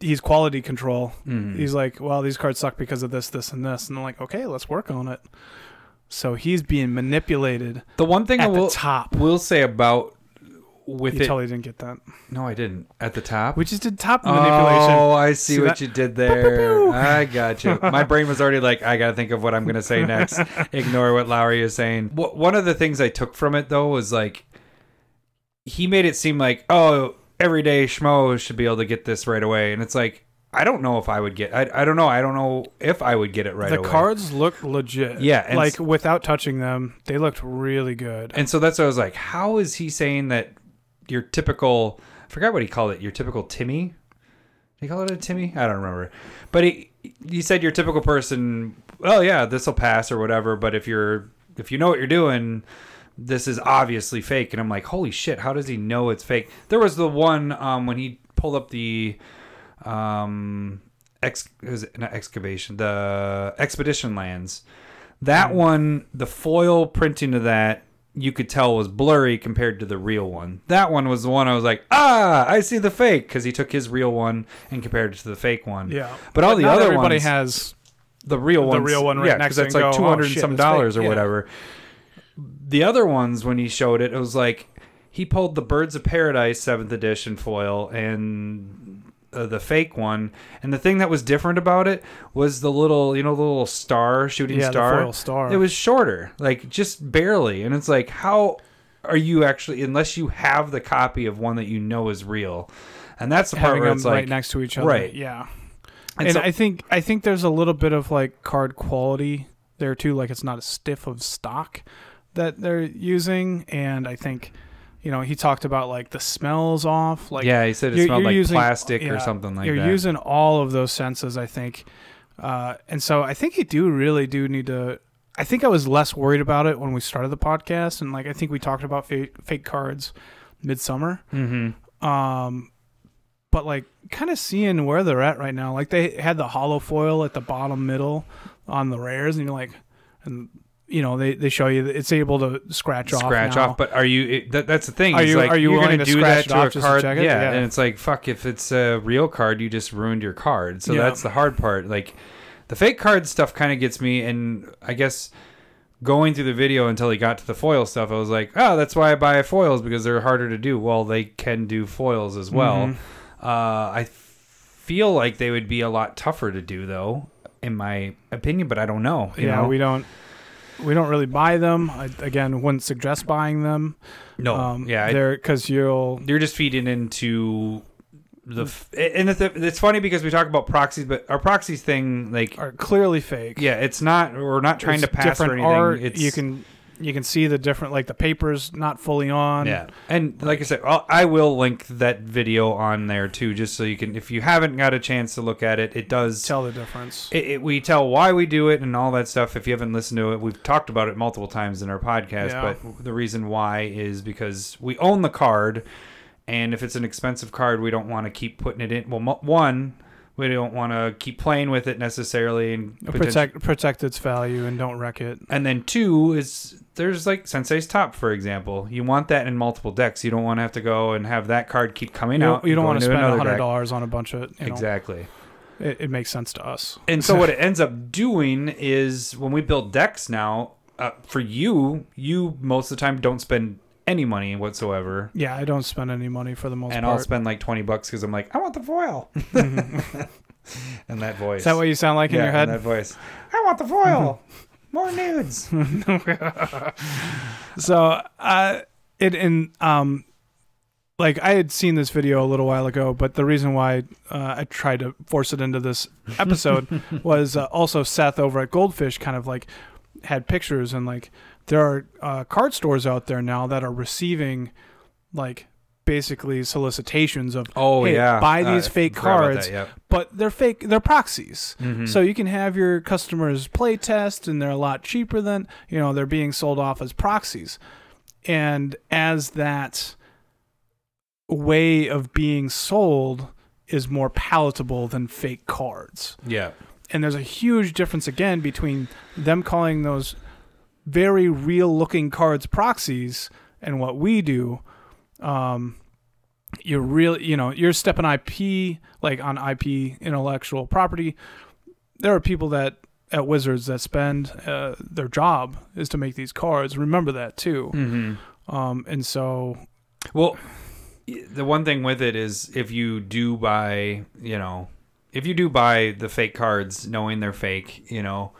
[SPEAKER 1] he's quality control.
[SPEAKER 2] Mm-hmm.
[SPEAKER 1] He's like, well, these cards suck because of this, this, and this. And I'm like, okay, let's work on it. So he's being manipulated
[SPEAKER 2] the one thing I
[SPEAKER 1] at
[SPEAKER 2] will
[SPEAKER 1] the top.
[SPEAKER 2] will say about with
[SPEAKER 1] You
[SPEAKER 2] it.
[SPEAKER 1] totally didn't get that.
[SPEAKER 2] no, I didn't at the top.
[SPEAKER 1] We just did top manipulation.
[SPEAKER 2] Oh, I see,
[SPEAKER 1] See
[SPEAKER 2] what
[SPEAKER 1] that?
[SPEAKER 2] you did there. I got you. My brain was already like, I got to think of what I'm going to say next. Ignore what Lowry is saying. Wh- one of the things I took from it, though, was like, he made it seem like, oh, everyday schmo should be able to get this right away. And it's like, I don't know if I would get I, I don't know. I don't know if I would get it right
[SPEAKER 1] the
[SPEAKER 2] away.
[SPEAKER 1] cards look legit.
[SPEAKER 2] Yeah, and
[SPEAKER 1] like
[SPEAKER 2] s-
[SPEAKER 1] without touching them, they looked really good.
[SPEAKER 2] And so that's what I was like, how is he saying that your typical I forgot what he called it, your typical Timmy? Did he call it a Timmy? I don't remember. But he he said your typical person, well yeah, this'll pass or whatever, but if you're if you know what you're doing, this is obviously fake. And I'm like, holy shit, how does he know it's fake? There was the one um when he pulled up the um ex is it not excavation the expedition lands
[SPEAKER 1] Hmm.
[SPEAKER 2] that one the foil printing of that you could tell was blurry compared to the real one that one was the one i was like ah i see the fake because he took his real one and compared it to the fake one
[SPEAKER 1] Yeah,
[SPEAKER 2] but all the
[SPEAKER 1] not
[SPEAKER 2] other
[SPEAKER 1] everybody
[SPEAKER 2] ones
[SPEAKER 1] has
[SPEAKER 2] the real one,
[SPEAKER 1] real one right
[SPEAKER 2] yeah,
[SPEAKER 1] next to
[SPEAKER 2] that's
[SPEAKER 1] it and
[SPEAKER 2] like
[SPEAKER 1] go,
[SPEAKER 2] two
[SPEAKER 1] "Oh,
[SPEAKER 2] hundred and
[SPEAKER 1] shit,
[SPEAKER 2] some
[SPEAKER 1] that's fake."
[SPEAKER 2] dollars or
[SPEAKER 1] Yeah.
[SPEAKER 2] whatever. The other ones when he showed it, it was like he pulled the Birds of Paradise seventh edition foil and uh, the fake one, and the thing that was different about it was the little you know the little star shooting
[SPEAKER 1] yeah the
[SPEAKER 2] star.
[SPEAKER 1] foil star.
[SPEAKER 2] It was shorter, like just barely, and it's like how are you actually unless you have the copy of one that you know is real, and that's the part
[SPEAKER 1] having
[SPEAKER 2] where
[SPEAKER 1] them
[SPEAKER 2] it's
[SPEAKER 1] right
[SPEAKER 2] like
[SPEAKER 1] next to each other.
[SPEAKER 2] Right.
[SPEAKER 1] Yeah.
[SPEAKER 2] And
[SPEAKER 1] And,
[SPEAKER 2] so-
[SPEAKER 1] I think I think there's a little bit of like card quality there too. Like it's not as stiff of stock that they're using, and I think you know he talked about like the smells off. Like
[SPEAKER 2] yeah, he said it
[SPEAKER 1] you're-
[SPEAKER 2] smelled
[SPEAKER 1] you're
[SPEAKER 2] like
[SPEAKER 1] using-
[SPEAKER 2] plastic
[SPEAKER 1] yeah,
[SPEAKER 2] or something like
[SPEAKER 1] you're
[SPEAKER 2] that.
[SPEAKER 1] using all of those senses, I think. Uh, and so I think you do really do need to. I think I was less worried about it when we started the podcast, and like I think we talked about fake, fake cards midsummer.
[SPEAKER 2] mm-hmm.
[SPEAKER 1] Um, but like kind of seeing where they're at right now. Like they had the hollow foil at the bottom middle on the rares, and you're like, and you know they, they show you that it's able to scratch off
[SPEAKER 2] scratch
[SPEAKER 1] now.
[SPEAKER 2] off. But are you? It, that, that's the thing.
[SPEAKER 1] Are
[SPEAKER 2] is,
[SPEAKER 1] you-
[SPEAKER 2] like,
[SPEAKER 1] are you
[SPEAKER 2] you're
[SPEAKER 1] willing
[SPEAKER 2] gonna
[SPEAKER 1] to
[SPEAKER 2] do
[SPEAKER 1] scratch
[SPEAKER 2] that
[SPEAKER 1] it
[SPEAKER 2] to
[SPEAKER 1] off
[SPEAKER 2] a
[SPEAKER 1] just to
[SPEAKER 2] card?
[SPEAKER 1] check it?
[SPEAKER 2] Yeah.
[SPEAKER 1] Yeah.
[SPEAKER 2] and it's like fuck. If it's a real card, you just ruined your card. So
[SPEAKER 1] Yeah.
[SPEAKER 2] that's the hard part. Like the fake card stuff kind of gets me, and I guess going through the video until he got to the foil stuff, I was like, oh, that's why I buy foils because they're harder to do. Well, they can do foils as well.
[SPEAKER 1] Mm-hmm.
[SPEAKER 2] Uh, I feel like they would be a lot tougher to do though. In my opinion, but I don't know. you
[SPEAKER 1] yeah
[SPEAKER 2] know?
[SPEAKER 1] we don't we don't really buy them I, again wouldn't suggest buying them
[SPEAKER 2] no,
[SPEAKER 1] um,
[SPEAKER 2] yeah, I-
[SPEAKER 1] they're because you'll
[SPEAKER 2] you're just feeding into the f- and it's, it's funny because we talk about proxies but our proxies thing like
[SPEAKER 1] are clearly fake
[SPEAKER 2] yeah it's not we're not trying
[SPEAKER 1] It's
[SPEAKER 2] to pass or
[SPEAKER 1] different
[SPEAKER 2] anything
[SPEAKER 1] art.
[SPEAKER 2] it's
[SPEAKER 1] you can you can see the different like the papers not fully on
[SPEAKER 2] yeah and like i said I'll, i will link that video on there too just so you can if you haven't got a chance to look at it it does
[SPEAKER 1] tell the difference
[SPEAKER 2] it, it, we tell why we do it and all that stuff. If you haven't listened to it, we've talked about it multiple times in our podcast.
[SPEAKER 1] Yeah.
[SPEAKER 2] But the reason why is because we own the card, and if it's an expensive card, we don't want to keep putting it in. Well, mo- one, we don't want to keep playing with it necessarily, and potentially
[SPEAKER 1] protect protect its value and don't wreck it
[SPEAKER 2] and then two is there's like Sensei's top, for example. You want that in multiple decks. You don't want to have to go and have that card keep coming
[SPEAKER 1] you
[SPEAKER 2] out.
[SPEAKER 1] don't, you don't
[SPEAKER 2] going
[SPEAKER 1] want to spend
[SPEAKER 2] another
[SPEAKER 1] hundred
[SPEAKER 2] deck.
[SPEAKER 1] dollars on a bunch of you know,
[SPEAKER 2] Exactly.
[SPEAKER 1] it, it makes sense to us
[SPEAKER 2] And so what it ends up doing is when we build decks now, uh, for you, you most of the time don't spend any money whatsoever.
[SPEAKER 1] yeah I don't spend any money for the most
[SPEAKER 2] and I'll
[SPEAKER 1] part
[SPEAKER 2] spend like 20 bucks because I'm like, I want the foil. and that voice.
[SPEAKER 1] is that what you sound like in
[SPEAKER 2] yeah,
[SPEAKER 1] your
[SPEAKER 2] and
[SPEAKER 1] head
[SPEAKER 2] that voice. I want the foil. More nudes.
[SPEAKER 1] so uh it and um like i had seen this video a little while ago but the reason why uh, i tried to force it into this episode was uh, also seth over at goldfish kind of like had pictures and like there are uh, card stores out there now that are receiving like basically solicitations of
[SPEAKER 2] Oh,
[SPEAKER 1] Hey,
[SPEAKER 2] yeah.
[SPEAKER 1] buy these
[SPEAKER 2] I
[SPEAKER 1] fake
[SPEAKER 2] forgot about
[SPEAKER 1] cards.
[SPEAKER 2] that, yep.
[SPEAKER 1] but they're fake they're proxies
[SPEAKER 2] Mhm.
[SPEAKER 1] so you can have your customers play test and they're a lot cheaper than, you know, they're being sold off as proxies. And as that way of being sold is more palatable than fake cards.
[SPEAKER 2] yeah.
[SPEAKER 1] And there's a huge difference again between them calling those very real looking cards proxies and what we do. Um, you're real, you know, you're stepping IP, like on IP intellectual property. There are people that at Wizards that spend uh, their job is to make these cards. Remember that too.
[SPEAKER 2] Mm-hmm.
[SPEAKER 1] Um, and so,
[SPEAKER 2] Well, the one thing with it is if you do buy, you know, if you do buy the fake cards knowing they're fake, you know,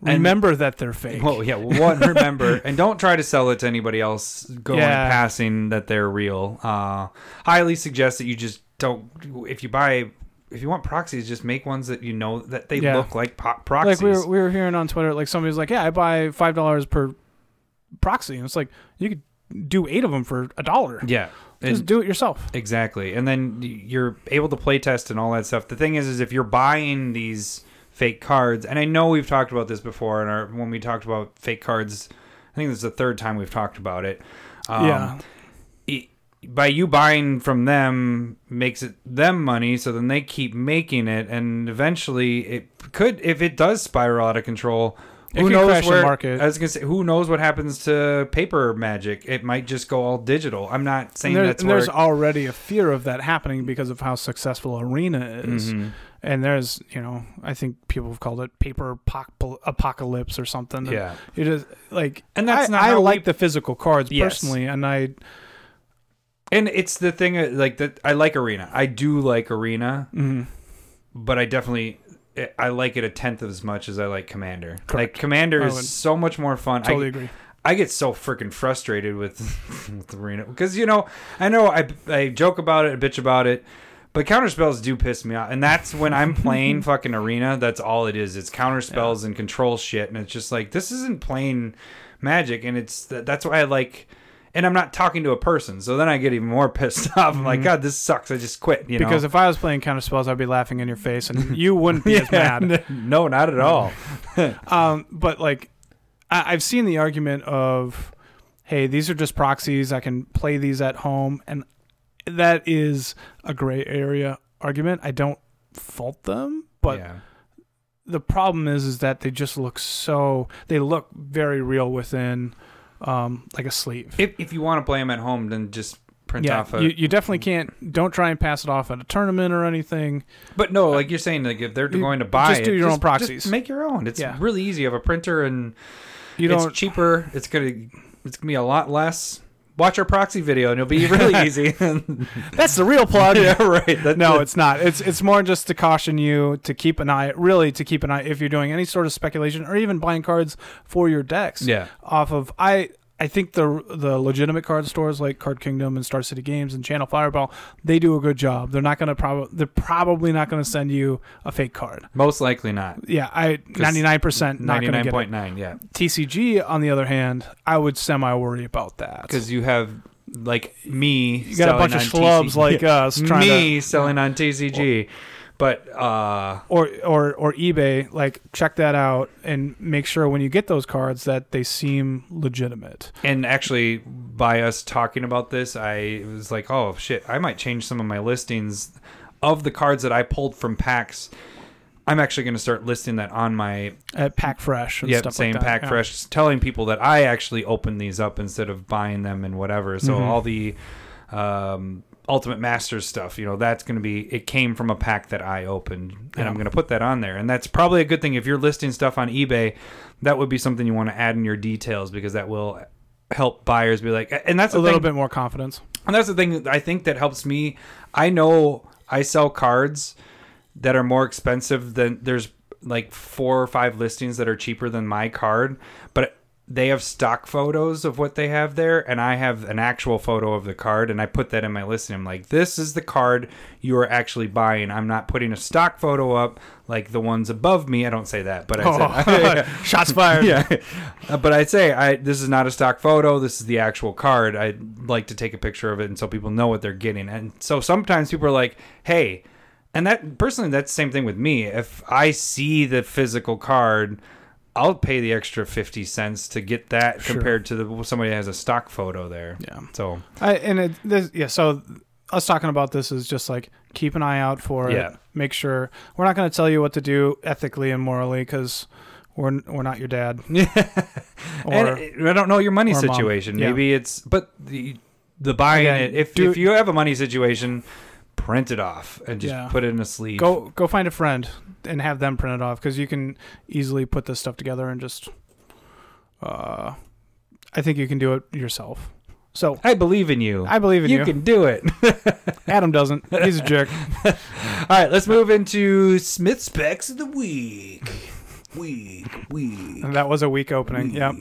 [SPEAKER 2] And-
[SPEAKER 1] remember that they're fake.
[SPEAKER 2] well, yeah, well, one, remember, and don't try to sell it to anybody else going
[SPEAKER 1] Yeah.
[SPEAKER 2] passing that they're real. Uh, highly suggest that you just don't, if you buy, if you want proxies, just make ones that you know that they
[SPEAKER 1] Yeah.
[SPEAKER 2] look like po- proxies.
[SPEAKER 1] Like we were, we were hearing on Twitter, like somebody was like, "Yeah, I buy five dollars per proxy," and it's like you could do eight of them for a dollar.
[SPEAKER 2] yeah.
[SPEAKER 1] Just
[SPEAKER 2] And-
[SPEAKER 1] do it yourself.
[SPEAKER 2] Exactly. And then y- you're able to play test and all that stuff. The thing is is if you're buying these fake cards, and I know we've talked about this before in our when we talked about fake cards, I think this is the third time we've talked about it. Um,
[SPEAKER 1] yeah,
[SPEAKER 2] it- by you buying from them makes it them money so then they keep making it and eventually it could if it does spiral out of control
[SPEAKER 1] It could crash the
[SPEAKER 2] where
[SPEAKER 1] market.
[SPEAKER 2] I was gonna say who knows what happens to paper magic it might just go all digital I'm not saying
[SPEAKER 1] and, there-
[SPEAKER 2] that's
[SPEAKER 1] and
[SPEAKER 2] where
[SPEAKER 1] there's already a fear of that happening because of how successful Arena is.
[SPEAKER 2] Mhm.
[SPEAKER 1] And there's, you know, I think people have called it paper apoc- apocalypse or something. And
[SPEAKER 2] yeah
[SPEAKER 1] it is like,
[SPEAKER 2] And that's
[SPEAKER 1] I,
[SPEAKER 2] not
[SPEAKER 1] I
[SPEAKER 2] how
[SPEAKER 1] like
[SPEAKER 2] we-
[SPEAKER 1] the physical cards
[SPEAKER 2] Yes.
[SPEAKER 1] personally, and I
[SPEAKER 2] And it's the thing uh, like that I like arena. I do like arena,
[SPEAKER 1] mhm.
[SPEAKER 2] but I definitely I- I like it a tenth of as much as I like commander. Like
[SPEAKER 1] Correct.
[SPEAKER 2] commander
[SPEAKER 1] I
[SPEAKER 2] is
[SPEAKER 1] would
[SPEAKER 2] so much more fun.
[SPEAKER 1] totally
[SPEAKER 2] I
[SPEAKER 1] agree.
[SPEAKER 2] I get so freaking frustrated with, with arena because you know I know I I joke about it, I bitch about it. But counter spells do piss me off, and that's when I'm playing fucking arena. That's all it is. It's counter spells and control shit, and it's just like this isn't playing magic, and it's th- that's why I like. And I'm not talking to a person, so then I get even more pissed off. I'm like, God, this sucks. I just quit. You
[SPEAKER 1] Mm-hmm. Because
[SPEAKER 2] know?
[SPEAKER 1] if I was playing counter spells, I'd be laughing in your face, and you wouldn't be as mad.
[SPEAKER 2] no, not at all.
[SPEAKER 1] um, but like I- I've seen the argument of, hey, these are just proxies. I can play these at home, and that is a gray area argument. I don't fault them, but
[SPEAKER 2] yeah.
[SPEAKER 1] the problem is is that they just look so they look very real within um, like a sleeve.
[SPEAKER 2] If, if you want to play them at home, then just print
[SPEAKER 1] yeah,
[SPEAKER 2] off a. Mm.
[SPEAKER 1] you, you definitely can't. Don't try and pass it off at a tournament or anything.
[SPEAKER 2] but no, like you're saying, like if they're
[SPEAKER 1] You-
[SPEAKER 2] going to buy,
[SPEAKER 1] just do
[SPEAKER 2] it,
[SPEAKER 1] your own
[SPEAKER 2] just-
[SPEAKER 1] proxies.
[SPEAKER 2] Just make your own. It's
[SPEAKER 1] Yeah.
[SPEAKER 2] really easy. You have a printer, and
[SPEAKER 1] You
[SPEAKER 2] it's
[SPEAKER 1] don't.
[SPEAKER 2] cheaper. It's gonna it's gonna be a lot less. Watch our proxy video, and it'll be really easy.
[SPEAKER 1] That's the real plug.
[SPEAKER 2] yeah, right. That-
[SPEAKER 1] no, it's not. It's it's more just to caution you to keep an eye, really to keep an eye if you're doing any sort of speculation or even buying cards for your decks.
[SPEAKER 2] yeah.
[SPEAKER 1] Off of I I think the the legitimate card stores like Card Kingdom and Star City Games and Channel Fireball, they do a good job. They're not going to probably they're probably not going to send you a fake card.
[SPEAKER 2] Most likely not.
[SPEAKER 1] Yeah, I 99% not
[SPEAKER 2] Ninety
[SPEAKER 1] going to
[SPEAKER 2] nine
[SPEAKER 1] get it.
[SPEAKER 2] point nine. Yeah,
[SPEAKER 1] TCG on the other hand, I would semi worry about that.
[SPEAKER 2] because you have like me.
[SPEAKER 1] you got a bunch of schlubs like us trying to
[SPEAKER 2] me selling on TCG, but uh,
[SPEAKER 1] or or or eBay, like check that out and make sure when you get those cards that they seem legitimate.
[SPEAKER 2] and actually by us talking about this, I was like, oh shit, I might change some of my listings of the cards that I pulled from packs. I'm actually going to start listing that on my
[SPEAKER 1] At Pack Fresh and
[SPEAKER 2] yep,
[SPEAKER 1] stuff
[SPEAKER 2] same
[SPEAKER 1] like that.
[SPEAKER 2] pack
[SPEAKER 1] yeah.
[SPEAKER 2] fresh telling people that i actually opened these up instead of buying them and whatever so
[SPEAKER 1] Mhm.
[SPEAKER 2] all the um, ultimate masters stuff you know that's going to be it came from a pack that i opened and
[SPEAKER 1] Yeah.
[SPEAKER 2] i'm going to put that on there and that's probably a good thing if you're listing stuff on ebay that would be something you want to add in your details because that will help buyers be like and that's
[SPEAKER 1] A
[SPEAKER 2] the
[SPEAKER 1] little
[SPEAKER 2] thing-
[SPEAKER 1] bit more confidence.
[SPEAKER 2] and that's the thing that I think that helps me. I know I sell cards that are more expensive than there's like four or five listings that are cheaper than my card, but they have stock photos of what they have there and I have an actual photo of the card and I put that in my listing. I'm like, this is the card you are actually buying. I'm not putting a stock photo up like the ones above me. I don't say that, but I said,
[SPEAKER 1] Oh, shots fired.
[SPEAKER 2] yeah. Uh, but I'd say I this is not a stock photo. This is the actual card. I'd like to take a picture of it, and so people know what they're getting. And so sometimes people are like, "Hey," and that personally, that's the same thing with me. If I see the physical card. I'll pay the extra fifty cents to get that
[SPEAKER 1] Sure.
[SPEAKER 2] compared to the somebody that has a stock photo there.
[SPEAKER 1] Yeah.
[SPEAKER 2] So
[SPEAKER 1] I, and it, this, yeah, so us talking about this is just like keep an eye out for
[SPEAKER 2] Yeah.
[SPEAKER 1] it. Make sure we're not going to tell you what to do ethically and morally because we're we're not your dad. or
[SPEAKER 2] and I don't know your money
[SPEAKER 1] or mom.
[SPEAKER 2] situation.
[SPEAKER 1] Yeah.
[SPEAKER 2] Maybe it's but the the buying
[SPEAKER 1] Again,
[SPEAKER 2] it. If
[SPEAKER 1] do-
[SPEAKER 2] if you have a money situation, print it off and just
[SPEAKER 1] Yeah.
[SPEAKER 2] put it in a sleeve.
[SPEAKER 1] go go find a friend and have them print it off because you can easily put this stuff together and just uh i think you can do it yourself so
[SPEAKER 2] I believe in you.
[SPEAKER 1] i believe in you,
[SPEAKER 2] you can do it.
[SPEAKER 1] adam doesn't he's a jerk
[SPEAKER 2] All right, let's move into Smith Specs of the Week. Week, week.
[SPEAKER 1] And that was a weak opening yep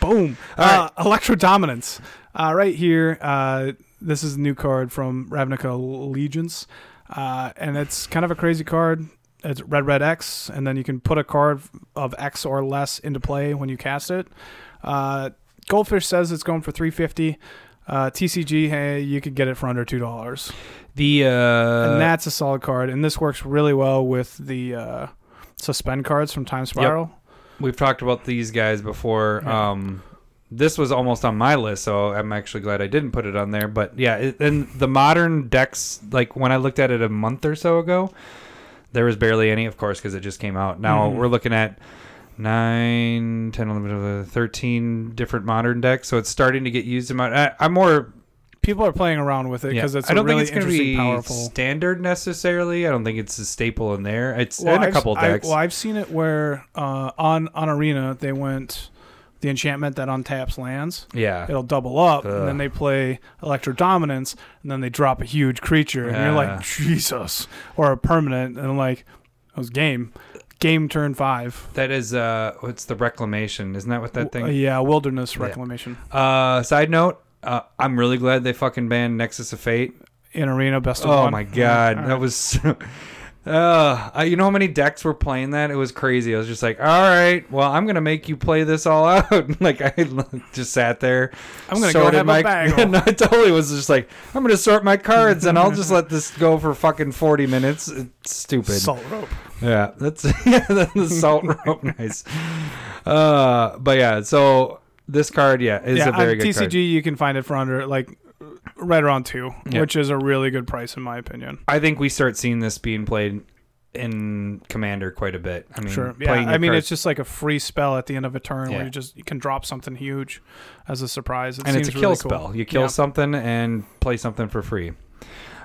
[SPEAKER 1] boom uh, electro dominance uh, right here uh, this is a new card from ravnica allegiance uh, and it's kind of a crazy card it's red red x and then you can put a card of x or less into play when you cast it uh, goldfish says it's going for 350 uh, tcg hey you could get it for under two dollars
[SPEAKER 2] The uh,
[SPEAKER 1] and that's a solid card and this works really well with the uh, suspend cards from time spiral
[SPEAKER 2] we've talked about these guys before.
[SPEAKER 1] Yeah.
[SPEAKER 2] Um, this was almost on my list, so I'm actually glad I didn't put it on there. But yeah, it, and the modern decks, like when I looked at it a month or so ago, there was barely any, of course, because it just came out. Now
[SPEAKER 1] Mhm.
[SPEAKER 2] we're looking at 9, 10, 11, 13 different modern decks, so it's starting to get used. In my, I, I'm more
[SPEAKER 1] people are playing around with it because it's
[SPEAKER 2] I don't
[SPEAKER 1] a really
[SPEAKER 2] think it's gonna
[SPEAKER 1] interesting,
[SPEAKER 2] be
[SPEAKER 1] powerful.
[SPEAKER 2] standard necessarily. I don't think it's a staple in there. It's
[SPEAKER 1] Well,
[SPEAKER 2] in a
[SPEAKER 1] I've-
[SPEAKER 2] couple
[SPEAKER 1] I-
[SPEAKER 2] decks.
[SPEAKER 1] well, I've seen it where uh, on on arena they went the enchantment that untaps lands.
[SPEAKER 2] yeah,
[SPEAKER 1] It'll double up,
[SPEAKER 2] Ugh.
[SPEAKER 1] and then they play Electro Dominance, and then they drop a huge creature, and you're
[SPEAKER 2] Yeah.
[SPEAKER 1] like, Jesus, or a permanent, and like, that was game, game turn five.
[SPEAKER 2] that is uh, what's the reclamation? Isn't that what that
[SPEAKER 1] Uh,
[SPEAKER 2] thing?
[SPEAKER 1] yeah, Wilderness
[SPEAKER 2] Yeah.
[SPEAKER 1] Reclamation
[SPEAKER 2] Uh, side note, uh, I'm really glad they fucking banned Nexus of Fate.
[SPEAKER 1] in arena best of
[SPEAKER 2] Oh
[SPEAKER 1] one.
[SPEAKER 2] my god,
[SPEAKER 1] Yeah, all
[SPEAKER 2] that
[SPEAKER 1] right.
[SPEAKER 2] was. So, uh, I- you know how many decks were playing that? It was crazy. I was just like, all right, well, I'm gonna make you play this all out. like I just sat there.
[SPEAKER 1] I'm gonna
[SPEAKER 2] sorted
[SPEAKER 1] go have
[SPEAKER 2] my,
[SPEAKER 1] a bagel.
[SPEAKER 2] And I totally was just like, I'm gonna sort my cards and I'll just let this go for fucking 40 minutes. It's stupid.
[SPEAKER 1] Salt rope.
[SPEAKER 2] Yeah, that's yeah, the salt rope. Nice. Uh, but yeah, so this card, yeah, is a
[SPEAKER 1] on
[SPEAKER 2] very good
[SPEAKER 1] TCG
[SPEAKER 2] card.
[SPEAKER 1] you can find it for under like right around two,
[SPEAKER 2] Yeah.
[SPEAKER 1] which is a really good price in my opinion.
[SPEAKER 2] I think we start seeing this being played in Commander quite a bit. I mean,
[SPEAKER 1] Sure. Yeah.
[SPEAKER 2] Mm-hmm. playing your
[SPEAKER 1] I mean,
[SPEAKER 2] cards-
[SPEAKER 1] it's just like a free spell at the end of a turn
[SPEAKER 2] Yeah.
[SPEAKER 1] where you just you can drop something huge as a surprise. It
[SPEAKER 2] and it's a
[SPEAKER 1] seems
[SPEAKER 2] kill
[SPEAKER 1] really cool.
[SPEAKER 2] spell. You kill
[SPEAKER 1] Yeah.
[SPEAKER 2] something and play something for free.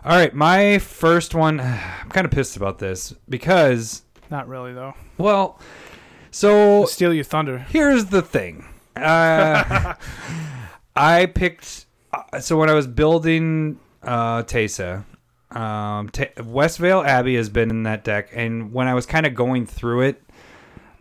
[SPEAKER 2] All right, my first one. I'm kind of pissed about this because,
[SPEAKER 1] Not really though.
[SPEAKER 2] well, so
[SPEAKER 1] Steal you thunder.
[SPEAKER 2] here's the thing. Uh, I picked. uh, So when I was building uh, Tesa, um, Ta Westvale Abbey has been in that deck, and when I was kind of going through it,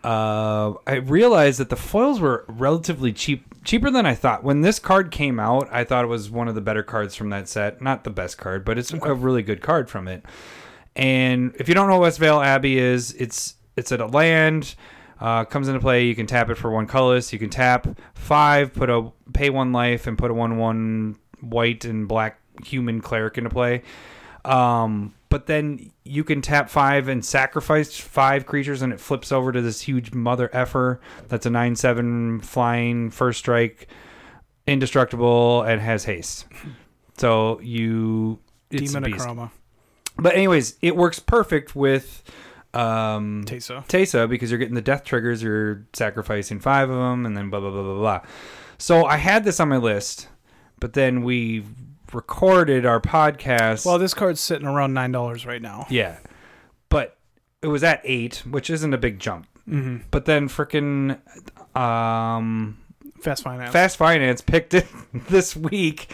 [SPEAKER 2] uh, I realized that the foils were relatively cheap, cheaper than I thought. When this card came out, I thought it was one of the better cards from that set. Not the best card, but it's a really good card from it. And if you don't know what Westvale Abbey is, it's it's at a land. Uh, comes into play. You can tap it for one colorless. You can tap five, put a pay one life, and put a one one white and black human cleric into play. Um, but then you can tap five and sacrifice five creatures, and it flips over to this huge mother effer. That's a nine seven flying first strike, indestructible, and has haste. So you it's a beast.
[SPEAKER 1] Demonochroma.
[SPEAKER 2] But anyways, it works perfect with um
[SPEAKER 1] Tesa.
[SPEAKER 2] Tesa because you're getting the death triggers, you're sacrificing five of them, and then blah blah blah blah blah. So I had this on my list, but then we recorded our podcast.
[SPEAKER 1] Well, this card's sitting around nine dollars right now.
[SPEAKER 2] yeah, but it was at eight, which isn't a big jump.
[SPEAKER 1] Mm-hmm.
[SPEAKER 2] But then frickin' um,
[SPEAKER 1] Fast finance.
[SPEAKER 2] Fast Finance picked it this week,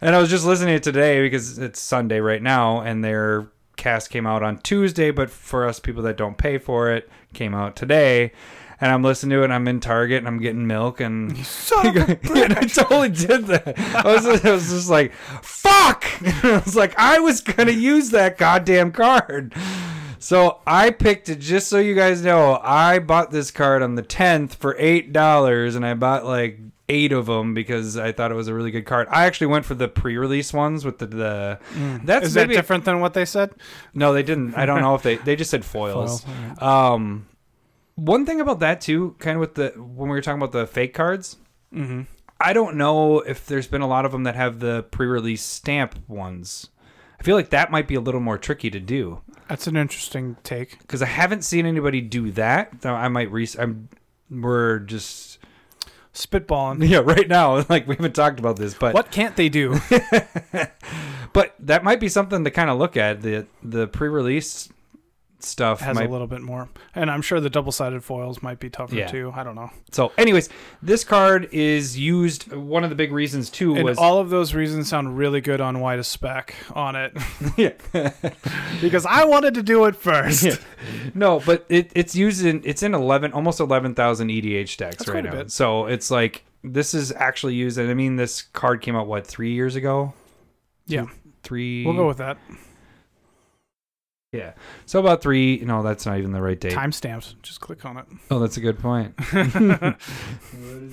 [SPEAKER 2] and I was just listening to it today because it's Sunday right now, and their cast came out on Tuesday. But for us people that don't pay for it, came out today, and I'm listening to it. And I'm in Target and I'm getting milk, and,
[SPEAKER 1] Son of a
[SPEAKER 2] and I totally did that. I was, I was just like, "Fuck!" I was like, "I was gonna use that goddamn card." So I picked it just so you guys know. I bought this card on the 10th for eight dollars, and I bought like eight of them because I thought it was a really good card. I actually went for the pre-release ones with the. the
[SPEAKER 1] Mm.
[SPEAKER 2] that's
[SPEAKER 1] Is that
[SPEAKER 2] maybe
[SPEAKER 1] different than what they said?
[SPEAKER 2] no, they didn't. I don't know if they they just said foils. Um, one thing about that too, kind of with the when we were talking about the fake cards.
[SPEAKER 1] Mm-hmm.
[SPEAKER 2] I don't know if there's been a lot of them that have the pre-release stamp ones. I feel like that might be a little more tricky to do
[SPEAKER 1] That's an interesting take.
[SPEAKER 2] because I haven't seen anybody do that. Though I might re- I'm we're just
[SPEAKER 1] Spitballing.
[SPEAKER 2] yeah right now like we haven't talked about this, but
[SPEAKER 1] What can't they do?
[SPEAKER 2] but that might be something to kind of look at the the pre-release stuff.
[SPEAKER 1] Has
[SPEAKER 2] might,
[SPEAKER 1] a little bit more, and I'm sure the double-sided foils might be tougher
[SPEAKER 2] Yeah.
[SPEAKER 1] too. I don't know.
[SPEAKER 2] so, anyways, this card is used. One of the big reasons too
[SPEAKER 1] And
[SPEAKER 2] was
[SPEAKER 1] all of those reasons sound really good on why to spec on it.
[SPEAKER 2] Yeah.
[SPEAKER 1] because I wanted to do it first.
[SPEAKER 2] Yeah. no, but it, it's used in it's in eleven almost eleven thousand E EDH decks
[SPEAKER 1] That's
[SPEAKER 2] right
[SPEAKER 1] quite a
[SPEAKER 2] now.
[SPEAKER 1] bit.
[SPEAKER 2] So it's like this is actually used, and I mean this card came out what three years ago?
[SPEAKER 1] Yeah.
[SPEAKER 2] three.
[SPEAKER 1] We'll go with that.
[SPEAKER 2] yeah. So about three. No, that's not even the right date.
[SPEAKER 1] Timestamps. Just click on it.
[SPEAKER 2] Oh, that's a good point. what does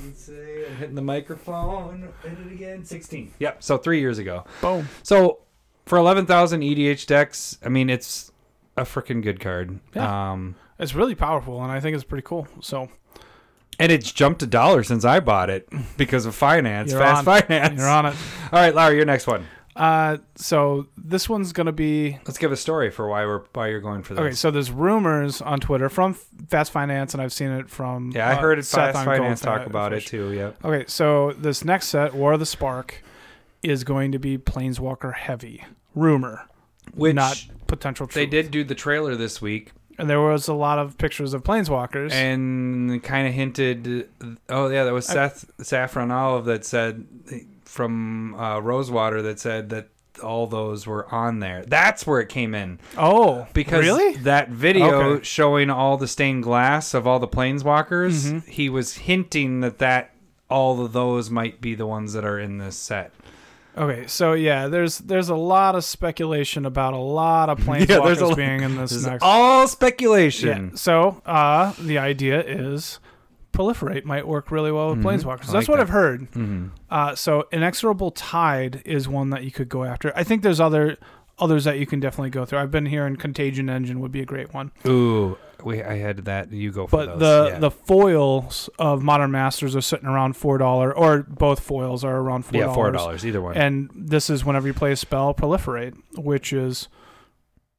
[SPEAKER 2] it say? I'm hitting the microphone. Hit it again. Sixteen. Yep. So three years ago.
[SPEAKER 1] Boom.
[SPEAKER 2] So for eleven thousand EDH decks, I mean it's a freaking good card.
[SPEAKER 1] Yeah.
[SPEAKER 2] Um,
[SPEAKER 1] It's really powerful, and I think it's pretty cool. So
[SPEAKER 2] And it's jumped a dollar since I bought it because of finance,
[SPEAKER 1] You're
[SPEAKER 2] fast
[SPEAKER 1] on.
[SPEAKER 2] finance.
[SPEAKER 1] you're on it.
[SPEAKER 2] All right, Larry, your next one.
[SPEAKER 1] Uh, so this one's gonna be
[SPEAKER 2] Let's give a story for why we're why you're going for this.
[SPEAKER 1] okay. So there's rumors on Twitter from Fast Finance, and I've seen it from
[SPEAKER 2] yeah, I
[SPEAKER 1] uh,
[SPEAKER 2] heard
[SPEAKER 1] Seth
[SPEAKER 2] fast
[SPEAKER 1] on
[SPEAKER 2] finance
[SPEAKER 1] Gold
[SPEAKER 2] talk about it
[SPEAKER 1] Fish.
[SPEAKER 2] too. Yep.
[SPEAKER 1] Okay, so this next set, War of the Spark, is going to be Planeswalker heavy. Rumor,
[SPEAKER 2] Which
[SPEAKER 1] not potential. Truth.
[SPEAKER 2] they did do the trailer this week
[SPEAKER 1] and there was a lot of pictures of Planeswalkers.
[SPEAKER 2] and kind of hinted. Oh yeah, that was
[SPEAKER 1] I-
[SPEAKER 2] Seth Saffron Olive that said from uh, Rosewater that said that all those were on there. That's where it came in.
[SPEAKER 1] oh,
[SPEAKER 2] because
[SPEAKER 1] really?
[SPEAKER 2] that video
[SPEAKER 1] Okay.
[SPEAKER 2] showing all the stained glass of all the planeswalkers,
[SPEAKER 1] Mhm.
[SPEAKER 2] he was hinting that that all of those might be the ones that are in this set.
[SPEAKER 1] Okay, so yeah, there's there's a lot of speculation about a lot of planeswalkers
[SPEAKER 2] Yeah, there's a lot-
[SPEAKER 1] being in this,
[SPEAKER 2] This is
[SPEAKER 1] next.
[SPEAKER 2] all
[SPEAKER 1] yeah.
[SPEAKER 2] speculation.
[SPEAKER 1] So uh, the idea is proliferate might work really well with
[SPEAKER 2] Mhm, I
[SPEAKER 1] planeswalkers. That's
[SPEAKER 2] like
[SPEAKER 1] what
[SPEAKER 2] that.
[SPEAKER 1] I've heard.
[SPEAKER 2] Mhm.
[SPEAKER 1] Uh, so inexorable tide is one that you could go after. I think there's other others that you can definitely go through. I've been hearing contagion engine would be a great one,
[SPEAKER 2] Ooh, we, I had that. You go for
[SPEAKER 1] but
[SPEAKER 2] those.
[SPEAKER 1] the
[SPEAKER 2] yeah.
[SPEAKER 1] the foils of modern masters are sitting around four dollar, or both foils are around four
[SPEAKER 2] yeah, four dollars either one.
[SPEAKER 1] and this is whenever you play a spell proliferate, which is